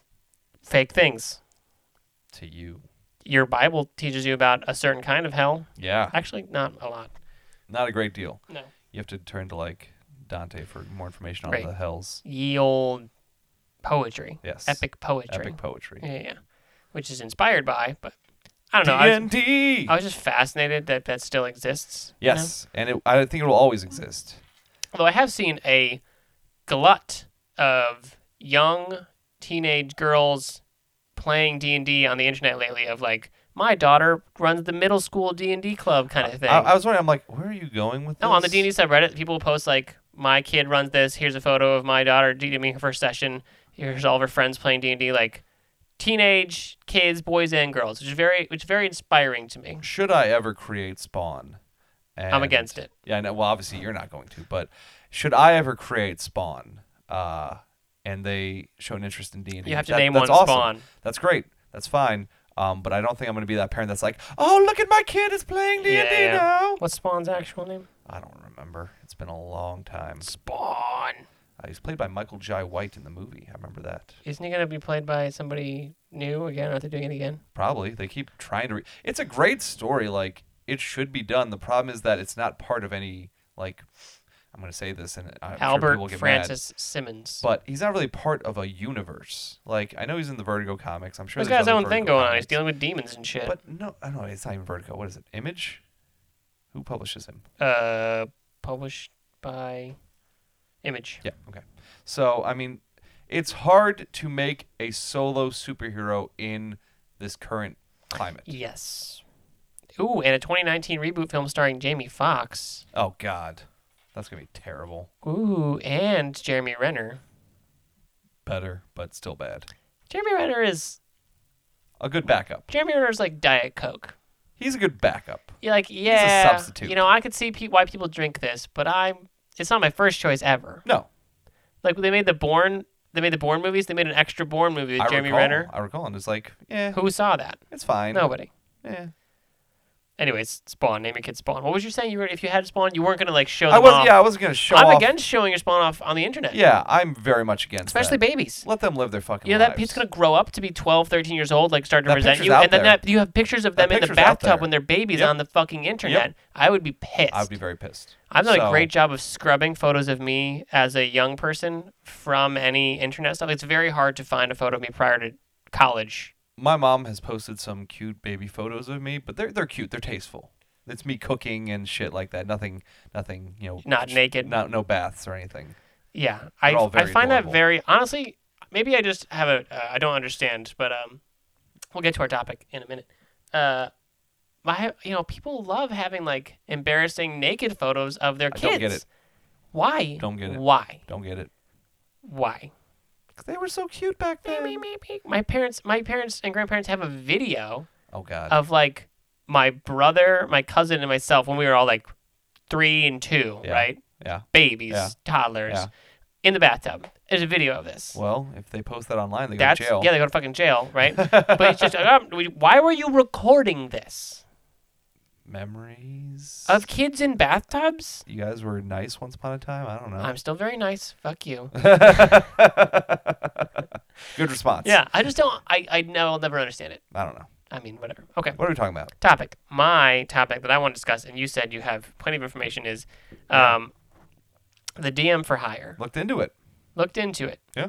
[SPEAKER 1] Fake things.
[SPEAKER 2] to you.
[SPEAKER 1] Your Bible teaches you about a certain kind of hell.
[SPEAKER 2] Yeah,
[SPEAKER 1] Actually, not a lot.
[SPEAKER 2] not a great deal.
[SPEAKER 1] No.
[SPEAKER 2] You have to turn to like Dante for more information on
[SPEAKER 1] Right.
[SPEAKER 2] the hells.
[SPEAKER 1] ye old poetry.
[SPEAKER 2] Yes.
[SPEAKER 1] Epic poetry.
[SPEAKER 2] Epic poetry.
[SPEAKER 1] Yeah, yeah. Which is inspired by, but I don't know. I was,
[SPEAKER 2] D&D.
[SPEAKER 1] I was just fascinated that that still exists. you know?
[SPEAKER 2] Yes, and it, I think it will always exist.
[SPEAKER 1] Although I have seen a glut of young teenage girls playing D&D on the internet lately of like my daughter runs the middle school D&D club kind of thing.
[SPEAKER 2] I, I was wondering. I'm like, where are you going with this?
[SPEAKER 1] No, on the D&D subreddit, people post like, "My kid runs this. Here's a photo of my daughter DMing her first session. Here's all of her friends playing D&D." Like, teenage kids, boys and girls, which is very, which is very inspiring to me.
[SPEAKER 2] Should I ever create Spawn? And-
[SPEAKER 1] against it.
[SPEAKER 2] Yeah, I know. Well, obviously you're not going to, but should I ever create Spawn? Uh, and they show an interest in D and D.
[SPEAKER 1] You have to name one Spawn.
[SPEAKER 2] That's great. That's fine. Um, but I don't think I'm going to be that parent that's like, oh, look at my kid is playing D and D
[SPEAKER 1] Yeah.
[SPEAKER 2] now.
[SPEAKER 1] What's Spawn's actual name?
[SPEAKER 2] I don't remember. It's been a long time.
[SPEAKER 1] Spawn.
[SPEAKER 2] Uh, he's played by Michael Jai White in the movie. I remember that.
[SPEAKER 1] Isn't he gonna be played by somebody new again? Are they doing it again?
[SPEAKER 2] Probably. They keep trying to. Re- it's a great story. Like it should be done. The problem is that it's not part of any like. I'm gonna say this, and I'm sure
[SPEAKER 1] Albert
[SPEAKER 2] people get mad.
[SPEAKER 1] Francis Simmons.
[SPEAKER 2] But he's not really part of a universe. Like I know he's in the Vertigo comics. I'm sure
[SPEAKER 1] He's got
[SPEAKER 2] there's
[SPEAKER 1] his own
[SPEAKER 2] other
[SPEAKER 1] thing
[SPEAKER 2] Vertigo
[SPEAKER 1] going on. He's
[SPEAKER 2] comics.
[SPEAKER 1] dealing with demons and shit.
[SPEAKER 2] But no, I don't know. It's not even Vertigo. What is it? Image. Who publishes him?
[SPEAKER 1] uh, published by Image.
[SPEAKER 2] Yeah. Okay. So I mean, it's hard to make a solo superhero in this current climate.
[SPEAKER 1] Yes. Ooh, and a 2019 reboot film starring Jamie Foxx.
[SPEAKER 2] Oh God, that's gonna be terrible.
[SPEAKER 1] Ooh, and Jeremy Renner.
[SPEAKER 2] Better, but still bad.
[SPEAKER 1] Jeremy Renner is
[SPEAKER 2] A good backup.
[SPEAKER 1] Jeremy Renner's like Diet Coke.
[SPEAKER 2] He's a good backup.
[SPEAKER 1] You're like, yeah,
[SPEAKER 2] substitute.
[SPEAKER 1] you know, I could see pe- why people drink this, but I'm it's not my first choice ever.
[SPEAKER 2] No,
[SPEAKER 1] Like they made the Born, they made the Born movies. They made an extra Born movie with
[SPEAKER 2] I
[SPEAKER 1] Jeremy
[SPEAKER 2] recall,
[SPEAKER 1] Renner.
[SPEAKER 2] I recall, and it's like, yeah,
[SPEAKER 1] Who saw that?
[SPEAKER 2] it's fine.
[SPEAKER 1] Nobody.
[SPEAKER 2] yeah.
[SPEAKER 1] Anyways, Spawn. Name your kid Spawn. What was you saying? You were if you had Spawn, you weren't gonna like show them
[SPEAKER 2] I was,
[SPEAKER 1] off.
[SPEAKER 2] yeah, I wasn't gonna show
[SPEAKER 1] I'm
[SPEAKER 2] off.
[SPEAKER 1] against showing your Spawn off on the internet.
[SPEAKER 2] Yeah, I'm very much against.
[SPEAKER 1] especially
[SPEAKER 2] that.
[SPEAKER 1] babies.
[SPEAKER 2] let them live their fucking.
[SPEAKER 1] You know that
[SPEAKER 2] lives.
[SPEAKER 1] kid's gonna grow up to be 12, 13 years old, like start to
[SPEAKER 2] That
[SPEAKER 1] resent
[SPEAKER 2] picture's
[SPEAKER 1] you,
[SPEAKER 2] out
[SPEAKER 1] and then
[SPEAKER 2] there.
[SPEAKER 1] that you have pictures of
[SPEAKER 2] That
[SPEAKER 1] them in the
[SPEAKER 2] picture's out there.
[SPEAKER 1] bathtub when they're babies
[SPEAKER 2] Yep.
[SPEAKER 1] on the fucking internet. I would be pissed.
[SPEAKER 2] I would be very pissed.
[SPEAKER 1] I've done
[SPEAKER 2] So,
[SPEAKER 1] a great job of scrubbing photos of me as a young person from any internet stuff. It's very hard to find a photo of me prior to college.
[SPEAKER 2] My mom has posted some cute baby photos of me, but they're they're cute. They're tasteful. It's me cooking and shit like that. Nothing, nothing. You know,
[SPEAKER 1] Not naked.
[SPEAKER 2] Not no baths or anything.
[SPEAKER 1] Yeah, I,
[SPEAKER 2] all
[SPEAKER 1] I
[SPEAKER 2] very
[SPEAKER 1] find
[SPEAKER 2] adorable.
[SPEAKER 1] that very honestly. Maybe I just have a uh, I don't understand, but um, we'll get to our topic in a minute. Uh, my you know people love having like embarrassing naked photos of their
[SPEAKER 2] I
[SPEAKER 1] kids.
[SPEAKER 2] don't get it.
[SPEAKER 1] Why?
[SPEAKER 2] Don't get it.
[SPEAKER 1] Why?
[SPEAKER 2] Don't get it.
[SPEAKER 1] Why?
[SPEAKER 2] 'Cause They were so cute back
[SPEAKER 1] Beep,
[SPEAKER 2] then.
[SPEAKER 1] beep, beep, beep. My parents, my parents and grandparents have a video
[SPEAKER 2] Oh God.
[SPEAKER 1] of like my brother, my cousin, and myself when we were all like three and two,
[SPEAKER 2] Yeah.
[SPEAKER 1] right?
[SPEAKER 2] yeah.
[SPEAKER 1] Babies,
[SPEAKER 2] Yeah.
[SPEAKER 1] toddlers,
[SPEAKER 2] Yeah.
[SPEAKER 1] in the bathtub. There's a video of this.
[SPEAKER 2] Well, if they post that online, they go
[SPEAKER 1] That's
[SPEAKER 2] to jail.
[SPEAKER 1] yeah, they go to fucking jail,
[SPEAKER 2] *laughs*
[SPEAKER 1] right? but it's just like, um, we- why were you recording this
[SPEAKER 2] Memories.
[SPEAKER 1] of kids in bathtubs?
[SPEAKER 2] you guys were nice once upon a time. I don't know.
[SPEAKER 1] I'm still very nice. Fuck
[SPEAKER 2] *laughs*
[SPEAKER 1] you.
[SPEAKER 2] Good response.
[SPEAKER 1] yeah, I just don't. I I know I'll never understand it.
[SPEAKER 2] I don't know.
[SPEAKER 1] I mean, whatever. Okay.
[SPEAKER 2] What are we talking about?
[SPEAKER 1] topic. My topic that I want to discuss, and you said you have plenty of information, is um, the DM for hire.
[SPEAKER 2] Looked into it.
[SPEAKER 1] Looked into it.
[SPEAKER 2] Th-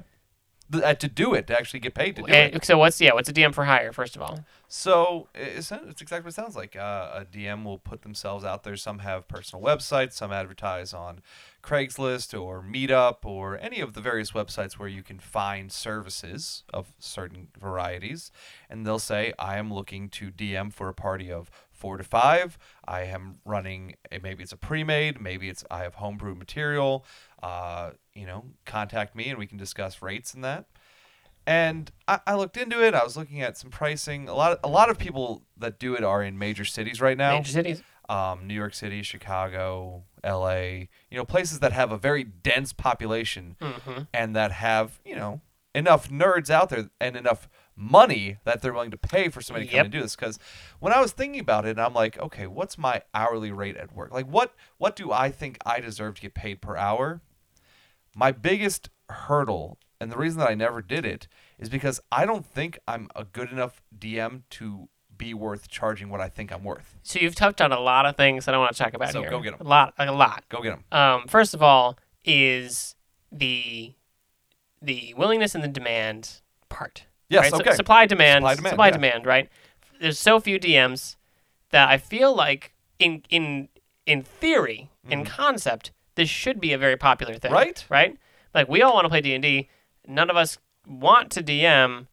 [SPEAKER 2] uh, to do it, to actually get paid to do it.
[SPEAKER 1] And, so what's yeah? What's a DM for hire? First of all,
[SPEAKER 2] So i- it's, it's exactly what it sounds like. Uh, a DM will put themselves out there. Some have personal websites, some advertise on Craigslist or Meetup or any of the various websites where you can find services of certain varieties. And they'll say, I am looking to DM for a party of four to five. I am running, a, maybe it's a pre made, maybe it's I have homebrew material. Uh, you know, contact me and we can discuss rates and that and I, I looked into it. I was looking at some pricing. A lot, of, a lot of people that do it are in major cities right now.
[SPEAKER 1] major cities.
[SPEAKER 2] Um, New York City, Chicago, L.A. You know, places that have a very dense population
[SPEAKER 1] hmm
[SPEAKER 2] and that have you know enough nerds out there and enough money that they're willing to pay for somebody to come
[SPEAKER 1] Yep.
[SPEAKER 2] and do this. Because when I was thinking about it, I'm like, okay, what's my hourly rate at work? Like, what what do I think I deserve to get paid per hour? My biggest hurdle, and the reason that I never did it, is because I don't think I'm a good enough DM to be worth charging what I think I'm worth.
[SPEAKER 1] So you've touched on a lot of things that I want to talk about
[SPEAKER 2] So
[SPEAKER 1] here.
[SPEAKER 2] go get 'em.
[SPEAKER 1] A lot, like a lot.
[SPEAKER 2] Go get them.
[SPEAKER 1] Um, first of all, is the the willingness and the demand part.
[SPEAKER 2] Yes,
[SPEAKER 1] right? So
[SPEAKER 2] okay.
[SPEAKER 1] supply demand.
[SPEAKER 2] Supply,
[SPEAKER 1] Supply
[SPEAKER 2] demand,
[SPEAKER 1] demand.
[SPEAKER 2] yeah.
[SPEAKER 1] Right. There's so few DMs that I feel like in in in theory, in concept, this should be a very popular thing.
[SPEAKER 2] Mm-hmm. Right?
[SPEAKER 1] Right. Like we all want to play D and D. None of us want to DM.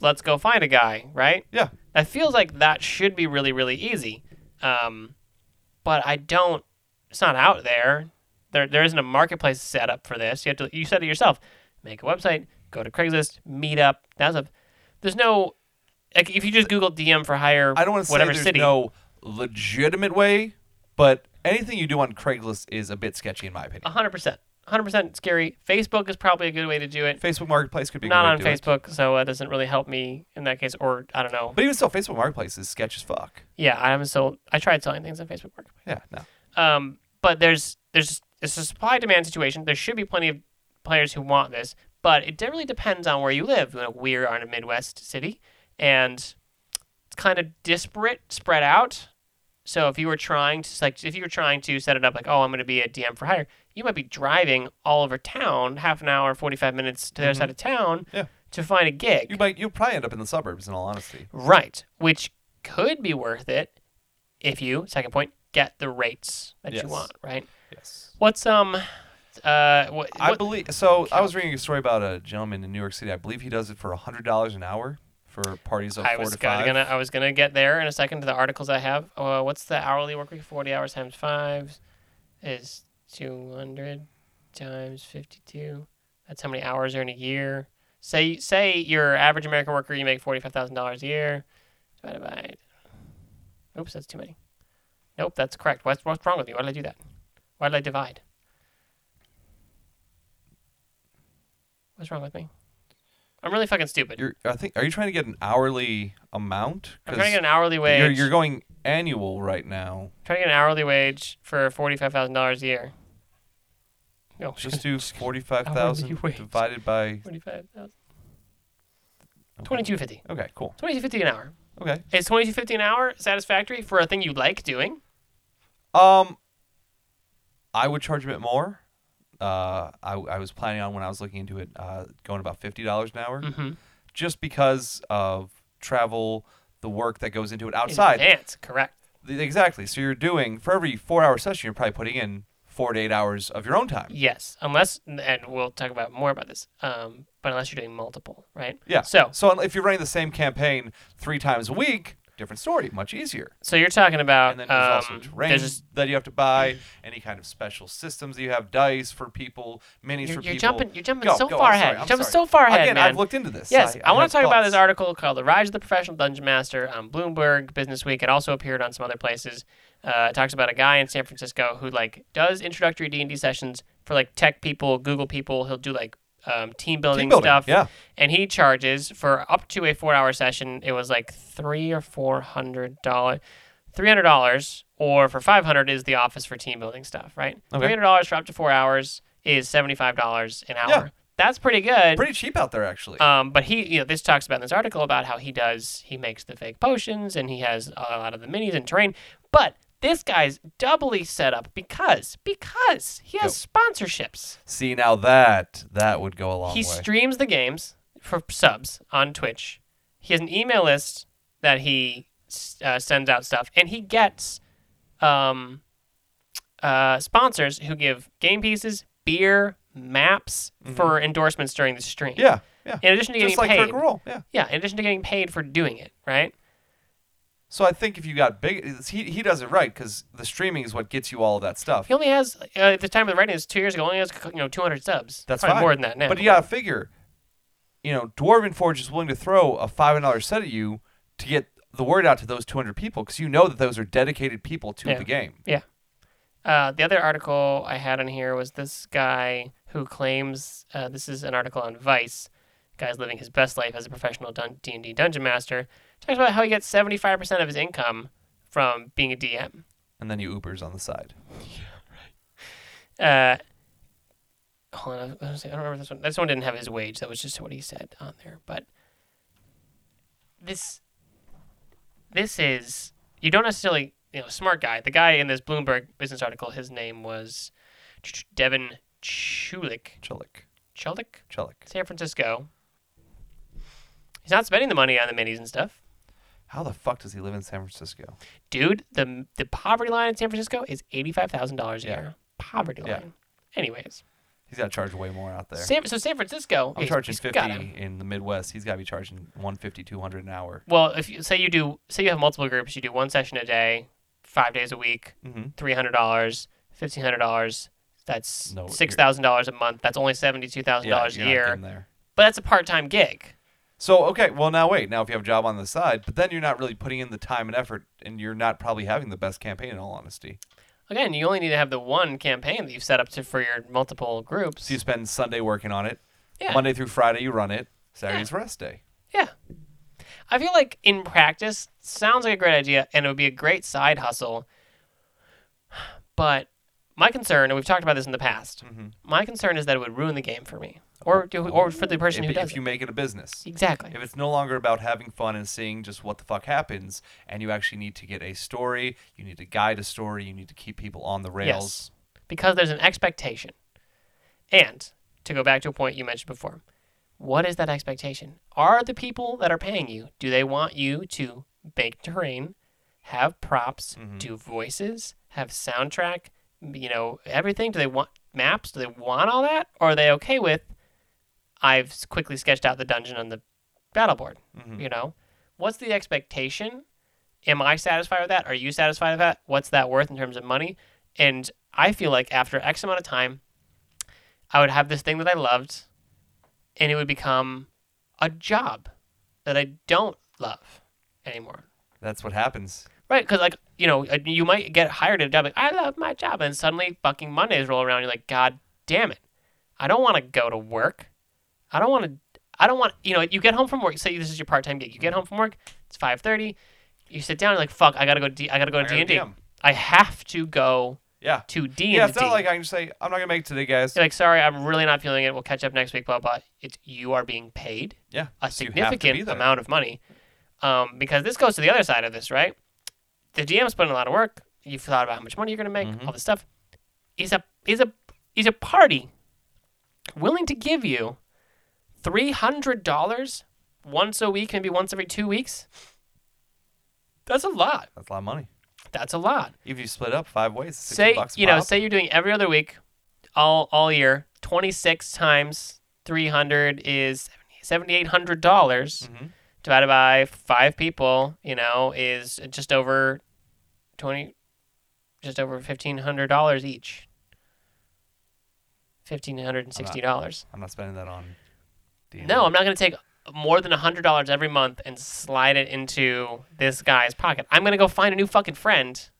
[SPEAKER 1] Let's go find a guy. Right.
[SPEAKER 2] Yeah.
[SPEAKER 1] That feels like that should be really, really easy. Um, but I don't. It's not out there. There, there isn't a marketplace set up for this. You have to. You said it yourself. Make a website. Go to Craigslist. Meet up. That's a. There's no. Like if you just Google DM for hire,
[SPEAKER 2] I don't want to say
[SPEAKER 1] whatever
[SPEAKER 2] there's
[SPEAKER 1] city.
[SPEAKER 2] no legitimate way, but anything you do on Craigslist is a bit sketchy in my opinion.
[SPEAKER 1] hundred percent. hundred percent scary. Facebook is probably a good way to do it.
[SPEAKER 2] Facebook Marketplace could be a
[SPEAKER 1] Not
[SPEAKER 2] good way
[SPEAKER 1] on
[SPEAKER 2] to do it.
[SPEAKER 1] Facebook, so uh, that doesn't really help me in that case. Or I don't know.
[SPEAKER 2] But even still, Facebook Marketplace is sketch as fuck.
[SPEAKER 1] Yeah, I haven't sold. I tried selling things on Facebook Marketplace.
[SPEAKER 2] Yeah, no.
[SPEAKER 1] Um, but there's there's it's a supply demand situation. There should be plenty of players who want this, but it de- really depends on where you live. You know, we are in a Midwest city, and it's kind of disparate, spread out. So if you were trying to like, if you were trying to set it up like, oh, I'm going to be a DM for hire, you might be driving all over town, half an hour, 45 minutes to the other side of town,
[SPEAKER 2] Mm-hmm. Yeah.
[SPEAKER 1] to find a gig.
[SPEAKER 2] You might you'll probably end up in the suburbs in all honesty.
[SPEAKER 1] Right, which could be worth it if you, second point, get the rates that
[SPEAKER 2] Yes.
[SPEAKER 1] you want, right?
[SPEAKER 2] Yes.
[SPEAKER 1] What's um Uh, what,
[SPEAKER 2] I
[SPEAKER 1] what-
[SPEAKER 2] believe so. I was reading a story about a gentleman in New York City. I believe he does it for hundred dollars an hour for parties of
[SPEAKER 1] I
[SPEAKER 2] four
[SPEAKER 1] was
[SPEAKER 2] to
[SPEAKER 1] gonna,
[SPEAKER 2] five.
[SPEAKER 1] gonna uh, I was gonna get there in a second to the articles I have. Uh, what's the hourly work week? Forty hours times five is two hundred times fifty-two. That's how many hours are in a year. Say say your average American worker, you make forty-five thousand dollars a year. Divided by. Oops, that's too many. Nope, that's correct. What's what's wrong with me? Why did I do that? Why did I divide? What's wrong with me? I'm really fucking stupid.
[SPEAKER 2] You're, I think. Are you trying to get an hourly amount?
[SPEAKER 1] I'm
[SPEAKER 2] 'Cause
[SPEAKER 1] trying to get an hourly wage.
[SPEAKER 2] You're, you're going annual
[SPEAKER 1] *laughs*
[SPEAKER 2] right now.
[SPEAKER 1] trying to get an hourly wage for forty five thousand dollars a year. No,
[SPEAKER 2] Just do forty-five thousand
[SPEAKER 1] wage.
[SPEAKER 2] divided by oh,
[SPEAKER 1] forty five thousand.
[SPEAKER 2] okay.
[SPEAKER 1] Twenty two fifty.
[SPEAKER 2] Okay, cool.
[SPEAKER 1] Twenty two fifty an hour.
[SPEAKER 2] Okay.
[SPEAKER 1] Is twenty two fifty an hour satisfactory for a thing you like doing?
[SPEAKER 2] Um, I would charge a bit more. Uh, I, I was planning on when I was looking into it, uh, going about fifty dollars an hour,
[SPEAKER 1] Mm-hmm.
[SPEAKER 2] just because of travel, the work that goes into
[SPEAKER 1] In
[SPEAKER 2] it outside.
[SPEAKER 1] advance, correct.
[SPEAKER 2] Th- Exactly. So you're doing for every four-hour session, you're probably putting in four to eight hours of your own time.
[SPEAKER 1] Yes, unless and we'll talk about more about this. Um, but unless you're doing multiple, right?
[SPEAKER 2] Yeah.
[SPEAKER 1] So
[SPEAKER 2] So if you're running the same campaign three times a week, different story, much easier.
[SPEAKER 1] so you're talking about
[SPEAKER 2] and then there's also
[SPEAKER 1] um,
[SPEAKER 2] terrain
[SPEAKER 1] there's Mm-hmm. just-
[SPEAKER 2] that you have to buy, any kind of special systems that you have, dice for people,
[SPEAKER 1] you're,
[SPEAKER 2] minis for
[SPEAKER 1] you're
[SPEAKER 2] people.
[SPEAKER 1] jumping you're jumping
[SPEAKER 2] Go,
[SPEAKER 1] so
[SPEAKER 2] go,
[SPEAKER 1] far
[SPEAKER 2] I'm sorry,
[SPEAKER 1] ahead. You're
[SPEAKER 2] I'm
[SPEAKER 1] jumping so
[SPEAKER 2] sorry.
[SPEAKER 1] far ahead,
[SPEAKER 2] Again,
[SPEAKER 1] man.
[SPEAKER 2] I've looked into this.
[SPEAKER 1] Yes, I, want
[SPEAKER 2] have
[SPEAKER 1] to talk about
[SPEAKER 2] thoughts.
[SPEAKER 1] this article called "The Rise of the Professional Dungeon Master" on Bloomberg Business Week. It also appeared on some other places. Uh, it talks about a guy in San Francisco who like does introductory D and D sessions for like tech people, Google people. He'll do like um, team, building
[SPEAKER 2] Team building,
[SPEAKER 1] stuff,
[SPEAKER 2] Yeah.
[SPEAKER 1] and he charges for up to a four-hour session. It was like three or four hundred dollars, three hundred dollars, or for five hundred is the office for team building stuff, right?
[SPEAKER 2] Okay.
[SPEAKER 1] Three hundred dollars for up to four hours is seventy-five dollars an hour.
[SPEAKER 2] Yeah.
[SPEAKER 1] That's pretty good.
[SPEAKER 2] Pretty cheap out there, actually.
[SPEAKER 1] Um, but he, you know, this talks about in this article about how he does, he makes the fake potions and he has a lot of the minis and terrain. But this guy's doubly set up because because he has sponsorships.
[SPEAKER 2] See, now that that would go a long
[SPEAKER 1] he
[SPEAKER 2] way.
[SPEAKER 1] streams the games for subs on Twitch. He has an email list that he uh, sends out stuff, and he gets um, uh, sponsors who give game pieces, beer, maps for endorsements during the stream.
[SPEAKER 2] Mm-hmm. yeah. Yeah.
[SPEAKER 1] In addition to
[SPEAKER 2] Just
[SPEAKER 1] getting
[SPEAKER 2] like
[SPEAKER 1] paid,
[SPEAKER 2] Kirk Roll. Yeah.
[SPEAKER 1] yeah, in addition to getting paid for doing it, right?
[SPEAKER 2] So I think if you got big, it's- he, he does it right because the streaming is what gets you all of that stuff.
[SPEAKER 1] He only has uh, at the time of the writing is two years ago. Only has you know 200 subs.
[SPEAKER 2] That's
[SPEAKER 1] Probably
[SPEAKER 2] fine.
[SPEAKER 1] more than that now.
[SPEAKER 2] But you gotta figure, you know, Dwarven Forge is willing to throw a five hundred dollar set at you to get the word out to those two hundred people because you know that those are dedicated people to
[SPEAKER 1] Yeah.
[SPEAKER 2] the game.
[SPEAKER 1] Uh, the other article I had on here was this guy who claims uh, this is an article on Vice. Guy's living his best life as a professional dun- D&D dungeon master. Talks about how he gets 75% of his income from being a DM.
[SPEAKER 2] And then you Ubers on the side.
[SPEAKER 1] Uh, hold on, I was- I don't remember this one. This one didn't have his wage. That was just what he said on there. But this, this is you don't necessarily you know smart guy. The guy in this Bloomberg business article, his name was Devin Chulik.
[SPEAKER 2] Chulik.
[SPEAKER 1] Chulik,
[SPEAKER 2] Chulik.
[SPEAKER 1] San Francisco. He's not spending the money on the minis and stuff,
[SPEAKER 2] How the fuck does he live in San Francisco?
[SPEAKER 1] dude. The the poverty line in San Francisco is eighty five thousand dollars a
[SPEAKER 2] Yeah.
[SPEAKER 1] year. Poverty
[SPEAKER 2] Yeah.
[SPEAKER 1] line. Anyways.
[SPEAKER 2] He's got to charge way more out there.
[SPEAKER 1] San, so San Francisco.
[SPEAKER 2] I'm
[SPEAKER 1] he's-
[SPEAKER 2] charging
[SPEAKER 1] he's gotta-
[SPEAKER 2] 50 in the Midwest. He's got to be charging 150, 200 an hour.
[SPEAKER 1] Well, if you say you do, say you have multiple groups, you do one session a day, five days a week,
[SPEAKER 2] Mm-hmm.
[SPEAKER 1] three hundred dollars, fifteen hundred dollars. That's
[SPEAKER 2] No, you're-
[SPEAKER 1] six thousand dollars a month. That's only seventy two thousand dollars a year.
[SPEAKER 2] There.
[SPEAKER 1] But that's a part time gig.
[SPEAKER 2] So okay, well now wait. Now if you have a job on the side, but then you're not really putting in the time and effort, and you're not probably having the best campaign in all honesty.
[SPEAKER 1] Again, you only need to have the one campaign that you've set up to for your multiple groups.
[SPEAKER 2] So you spend Sunday working on it.
[SPEAKER 1] Yeah.
[SPEAKER 2] Monday through Friday you run it. Saturday's rest day.
[SPEAKER 1] Yeah. I feel like in practice, sounds like a great idea and it would be a great side hustle. But my concern, and we've talked about this in the past,
[SPEAKER 2] Mhm.
[SPEAKER 1] my concern is that it would ruin the game for me or do, or for the person
[SPEAKER 2] if,
[SPEAKER 1] who does
[SPEAKER 2] if you
[SPEAKER 1] it.
[SPEAKER 2] make it a business.
[SPEAKER 1] Exactly.
[SPEAKER 2] If it's no longer about having fun and seeing just what the fuck happens, and you actually need to get a story, you need to guide a story, you need to keep people on the rails.
[SPEAKER 1] Because there's an expectation. And to go back to a point you mentioned before, what is that expectation? Are the people that are paying you, do they want you to make terrain,
[SPEAKER 2] Mm-hmm.
[SPEAKER 1] have props, do voices, have soundtrack, you know, everything? Do they want maps? Do they want all that? Or are they okay with I've s- quickly sketched out the dungeon on the battle board?
[SPEAKER 2] Mhm.
[SPEAKER 1] You know, what's the expectation? Am I satisfied with that? Are you satisfied with that? What's that worth in terms of money? And I feel like after X amount of time, I would have this thing that I loved, and it would become a job that I don't love anymore.
[SPEAKER 2] That's what happens.
[SPEAKER 1] Right, because like you know, uh, you might get hired at a job. Like I love my job, and suddenly fucking Mondays roll around. And you're like, God damn it, I don't want to go to work. I don't want to. I don't want. You know, you get home from work. Say this is your part time gig. You get home from work. It's five thirty. You sit down. You're like, fuck, I gotta go. D- I gotta go
[SPEAKER 2] I
[SPEAKER 1] to
[SPEAKER 2] gotta
[SPEAKER 1] D and D.
[SPEAKER 2] DM.
[SPEAKER 1] I have to go
[SPEAKER 2] Yeah.
[SPEAKER 1] to D and D.
[SPEAKER 2] Yeah, it's not like I can just say, I'm not going to make it today, guys.
[SPEAKER 1] You're like, sorry, I'm really not feeling it. We'll catch up next week, blah, blah. It's you are being paid
[SPEAKER 2] Yeah.
[SPEAKER 1] a
[SPEAKER 2] so you have to be
[SPEAKER 1] significant
[SPEAKER 2] there.
[SPEAKER 1] amount of money. Um, because this goes to the other side of this, right? The GM's putting a lot of work. You've thought about how much money you're gonna make,
[SPEAKER 2] Mhm.
[SPEAKER 1] all this stuff. Is a is a is a party willing to give you three hundred dollars once a week, maybe once every two weeks? That's a lot.
[SPEAKER 2] That's a lot of money.
[SPEAKER 1] That's a lot
[SPEAKER 2] If you split up five ways, it's 60
[SPEAKER 1] say
[SPEAKER 2] bucks a
[SPEAKER 1] you know
[SPEAKER 2] pop.
[SPEAKER 1] say you're doing every other week all all year 26 times 300 is 7800 dollars
[SPEAKER 2] Mhm.
[SPEAKER 1] divided by five people you know is just over 20 just over 1500 dollars each 1560 dollars
[SPEAKER 2] I'm not spending that on D&D.
[SPEAKER 1] no i'm not going to take more than $100 every month and slide it into this guy's pocket i'm going to go find a new fucking friend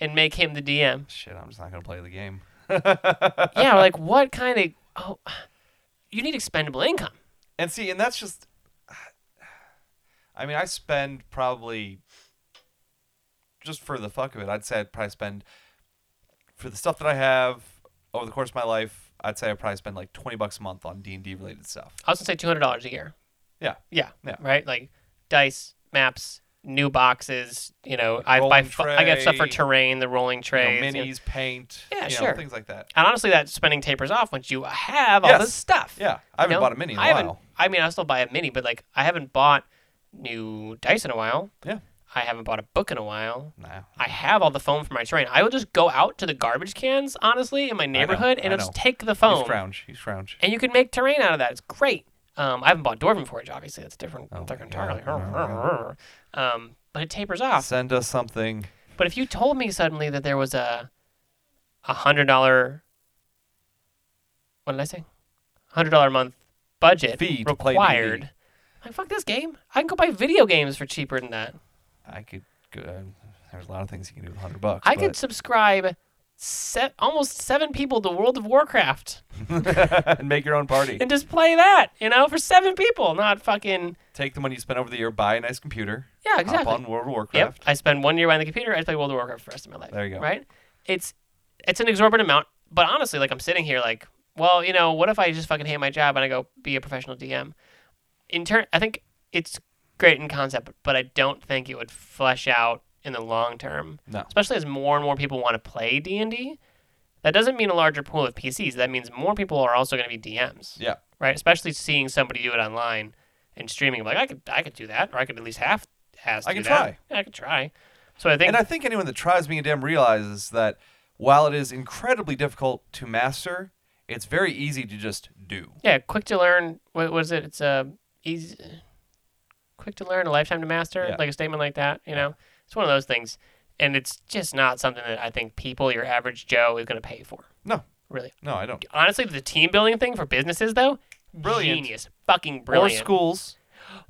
[SPEAKER 1] and make him the dm
[SPEAKER 2] Shit, I'm just not going to play the game. *laughs*
[SPEAKER 1] yeah, like what kind of oh, you need expendable income.
[SPEAKER 2] And see, and that's just. *sighs* I mean, I spend probably. Just for the fuck of it, I'd say I'd probably spend. For the stuff that I have over the course of my life, I'd say I probably spend like twenty bucks a month on D and D related stuff.
[SPEAKER 1] I was gonna say two hundred dollars a year.
[SPEAKER 2] Yeah.
[SPEAKER 1] Yeah.
[SPEAKER 2] Yeah.
[SPEAKER 1] Right? Like dice, maps, new boxes, you know, I buy
[SPEAKER 2] Rolling
[SPEAKER 1] fu- I got stuff for
[SPEAKER 2] tray,
[SPEAKER 1] terrain, the rolling
[SPEAKER 2] You know,
[SPEAKER 1] trays. you know.
[SPEAKER 2] minis, paint,
[SPEAKER 1] Yeah,
[SPEAKER 2] you know,
[SPEAKER 1] sure.
[SPEAKER 2] things like that.
[SPEAKER 1] And honestly that spending tapers off once you have all
[SPEAKER 2] Yes.
[SPEAKER 1] this stuff.
[SPEAKER 2] Yeah, I haven't
[SPEAKER 1] know?
[SPEAKER 2] bought a mini in a
[SPEAKER 1] I haven't-
[SPEAKER 2] while.
[SPEAKER 1] I mean I still buy a mini, but like I haven't bought new dice in a while.
[SPEAKER 2] Yeah.
[SPEAKER 1] I haven't bought a book in a while.
[SPEAKER 2] Nah,
[SPEAKER 1] I have all the foam for my terrain. I will just go out to the garbage cans, honestly, in my neighborhood,
[SPEAKER 2] I
[SPEAKER 1] and I'll just
[SPEAKER 2] know.
[SPEAKER 1] take the foam.
[SPEAKER 2] he's frounge. He's frounge.
[SPEAKER 1] and you can make terrain out of that. It's great. Um, I haven't bought Dwarven Forge, obviously. That's different.
[SPEAKER 2] Oh my
[SPEAKER 1] different
[SPEAKER 2] God.
[SPEAKER 1] entirely.
[SPEAKER 2] Oh
[SPEAKER 1] Um, but it tapers off.
[SPEAKER 2] Send us something.
[SPEAKER 1] But if you told me suddenly that there was a a hundred dollar, what did I say? Hundred dollar a month budget
[SPEAKER 2] Fee to play
[SPEAKER 1] required.
[SPEAKER 2] D&D.
[SPEAKER 1] Like fuck this game. I can go buy video games for cheaper than that.
[SPEAKER 2] I could. Go, uh, there's a lot of things you can do with hundred bucks.
[SPEAKER 1] I could subscribe se- almost seven people to World of Warcraft
[SPEAKER 2] but- *laughs* and make your own party.
[SPEAKER 1] and just play that. You know, for seven people, not fucking
[SPEAKER 2] Take the money you spend over the year, buy a nice computer.
[SPEAKER 1] yeah, exactly.
[SPEAKER 2] Hop on World of
[SPEAKER 1] Yep.
[SPEAKER 2] Warcraft.
[SPEAKER 1] I spend one year behind the computer. I play World of Warcraft for the rest of my life.
[SPEAKER 2] There you go.
[SPEAKER 1] Right? It's it's an exorbitant amount, but honestly, like I'm sitting here, like, well, you know, what if I just fucking hate my job and I go be a professional DM? In turn, I think it's great in concept, but I don't think it would flesh out in the long term.
[SPEAKER 2] No.
[SPEAKER 1] Especially as more and more people want to play D and D. That doesn't mean a larger pool of PCs. That means more people are also going to be DMs
[SPEAKER 2] Yeah.
[SPEAKER 1] right? Especially seeing somebody do it online and streaming. I'm like, I could, I could do that, or I could at least half has.
[SPEAKER 2] I
[SPEAKER 1] do
[SPEAKER 2] could
[SPEAKER 1] that.
[SPEAKER 2] try.
[SPEAKER 1] Yeah, I could try. So I think
[SPEAKER 2] And I think anyone that tries being a DM realizes that while it is incredibly difficult to master, it's very easy to just do.
[SPEAKER 1] yeah, quick to learn. What was it? It's a easy, quick to learn, a lifetime to master.
[SPEAKER 2] Yeah.
[SPEAKER 1] Like a statement like that. You know, it's one of those things, and it's just not something that I think people, your average Joe, is going to pay for.
[SPEAKER 2] No.
[SPEAKER 1] Really,
[SPEAKER 2] No, I don't.
[SPEAKER 1] honestly, the team building thing for businesses though,
[SPEAKER 2] Brilliant.
[SPEAKER 1] genius, fucking brilliant.
[SPEAKER 2] Or schools.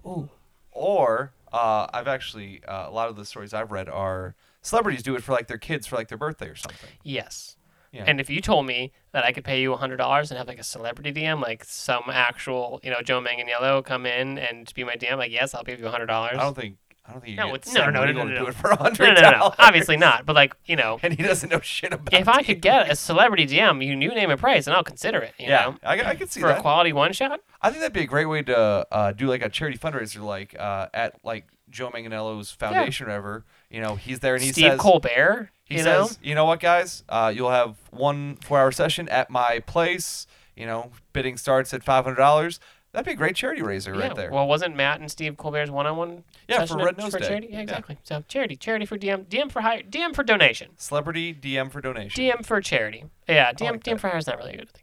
[SPEAKER 1] Ooh.
[SPEAKER 2] Or uh, I've actually uh, a lot of the stories I've read are celebrities do it for like their kids for like their birthday or something.
[SPEAKER 1] Yes.
[SPEAKER 2] Yeah.
[SPEAKER 1] And if you told me that I could pay you hundred dollars and have like a celebrity DM, like some actual, you know, Joe Manganiello come in and be my DM, like yes, I'll give you hundred dollars.
[SPEAKER 2] I don't think I don't think you
[SPEAKER 1] No,
[SPEAKER 2] get
[SPEAKER 1] it's- no, no, no,
[SPEAKER 2] Sam Neill
[SPEAKER 1] no,
[SPEAKER 2] to
[SPEAKER 1] no,
[SPEAKER 2] do
[SPEAKER 1] no.
[SPEAKER 2] it for hundred
[SPEAKER 1] No, no, no, no. Obviously not. But like, you know,
[SPEAKER 2] *laughs* and he doesn't know shit about.
[SPEAKER 1] if I could get a celebrity DM, you, you name a price, and I'll consider it. You
[SPEAKER 2] yeah,
[SPEAKER 1] know,
[SPEAKER 2] I, I could see
[SPEAKER 1] for
[SPEAKER 2] that.
[SPEAKER 1] a quality one shot.
[SPEAKER 2] I think that'd be a great way to uh, do like a charity fundraiser, like uh, at like Joe Manganiello's foundation, or whatever. You know, he's there and he
[SPEAKER 1] Steve
[SPEAKER 2] says,
[SPEAKER 1] Colbert.
[SPEAKER 2] he
[SPEAKER 1] you know,
[SPEAKER 2] says, you know what, guys, uh, you'll have one four-hour session at my place. You know, bidding starts at five hundred dollars. That'd be a great charity raiser
[SPEAKER 1] yeah.
[SPEAKER 2] right there.
[SPEAKER 1] Well, wasn't Matt and Steve Colbert's one-on-one
[SPEAKER 2] yeah, for
[SPEAKER 1] session
[SPEAKER 2] Red
[SPEAKER 1] up
[SPEAKER 2] Nose
[SPEAKER 1] for
[SPEAKER 2] Day.
[SPEAKER 1] charity? Yeah, exactly. So charity, charity for DM, DM for hire, DM for donation.
[SPEAKER 2] Celebrity DM for donation.
[SPEAKER 1] DM for charity. Yeah, DM,
[SPEAKER 2] like
[SPEAKER 1] DM
[SPEAKER 2] that.
[SPEAKER 1] for hire is not really a good thing.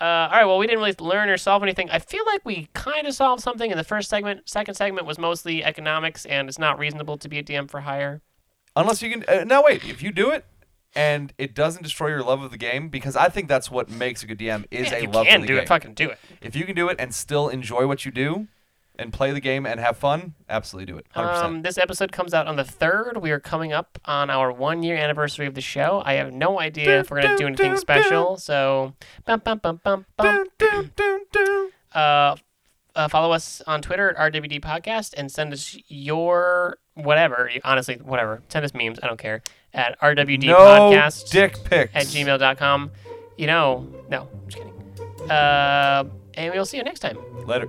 [SPEAKER 1] Uh, all right, well, we didn't really learn or solve anything. I feel like we kind of solved something in the first segment. Second segment was mostly economics, and it's not reasonable to be a DM for hire.
[SPEAKER 2] Unless you can. Uh, no, wait. If you do it and it doesn't destroy your love of the game, because I think that's what makes a good DM is
[SPEAKER 1] Yeah, if
[SPEAKER 2] a
[SPEAKER 1] you
[SPEAKER 2] love
[SPEAKER 1] can
[SPEAKER 2] for the
[SPEAKER 1] do
[SPEAKER 2] game.
[SPEAKER 1] it, fucking do it.
[SPEAKER 2] If you can do it and still enjoy what you do and play the game and have fun, absolutely do it. 100%.
[SPEAKER 1] Um, this episode comes out on the third. We are coming up on our one year anniversary of the show. I have no idea if we're gonna do anything special. So, bum, bum, bum, bum, bum.
[SPEAKER 2] Dun, dun, dun, dun.
[SPEAKER 1] Uh, uh, follow us on Twitter at RWD Podcast and send us your whatever. You- Honestly, whatever. Send us memes. I don't care. At RWD
[SPEAKER 2] no
[SPEAKER 1] Podcast
[SPEAKER 2] dick pics.
[SPEAKER 1] at gmail.com. You know, no, I'm just kidding. Uh, and we'll see you next time.
[SPEAKER 2] Later.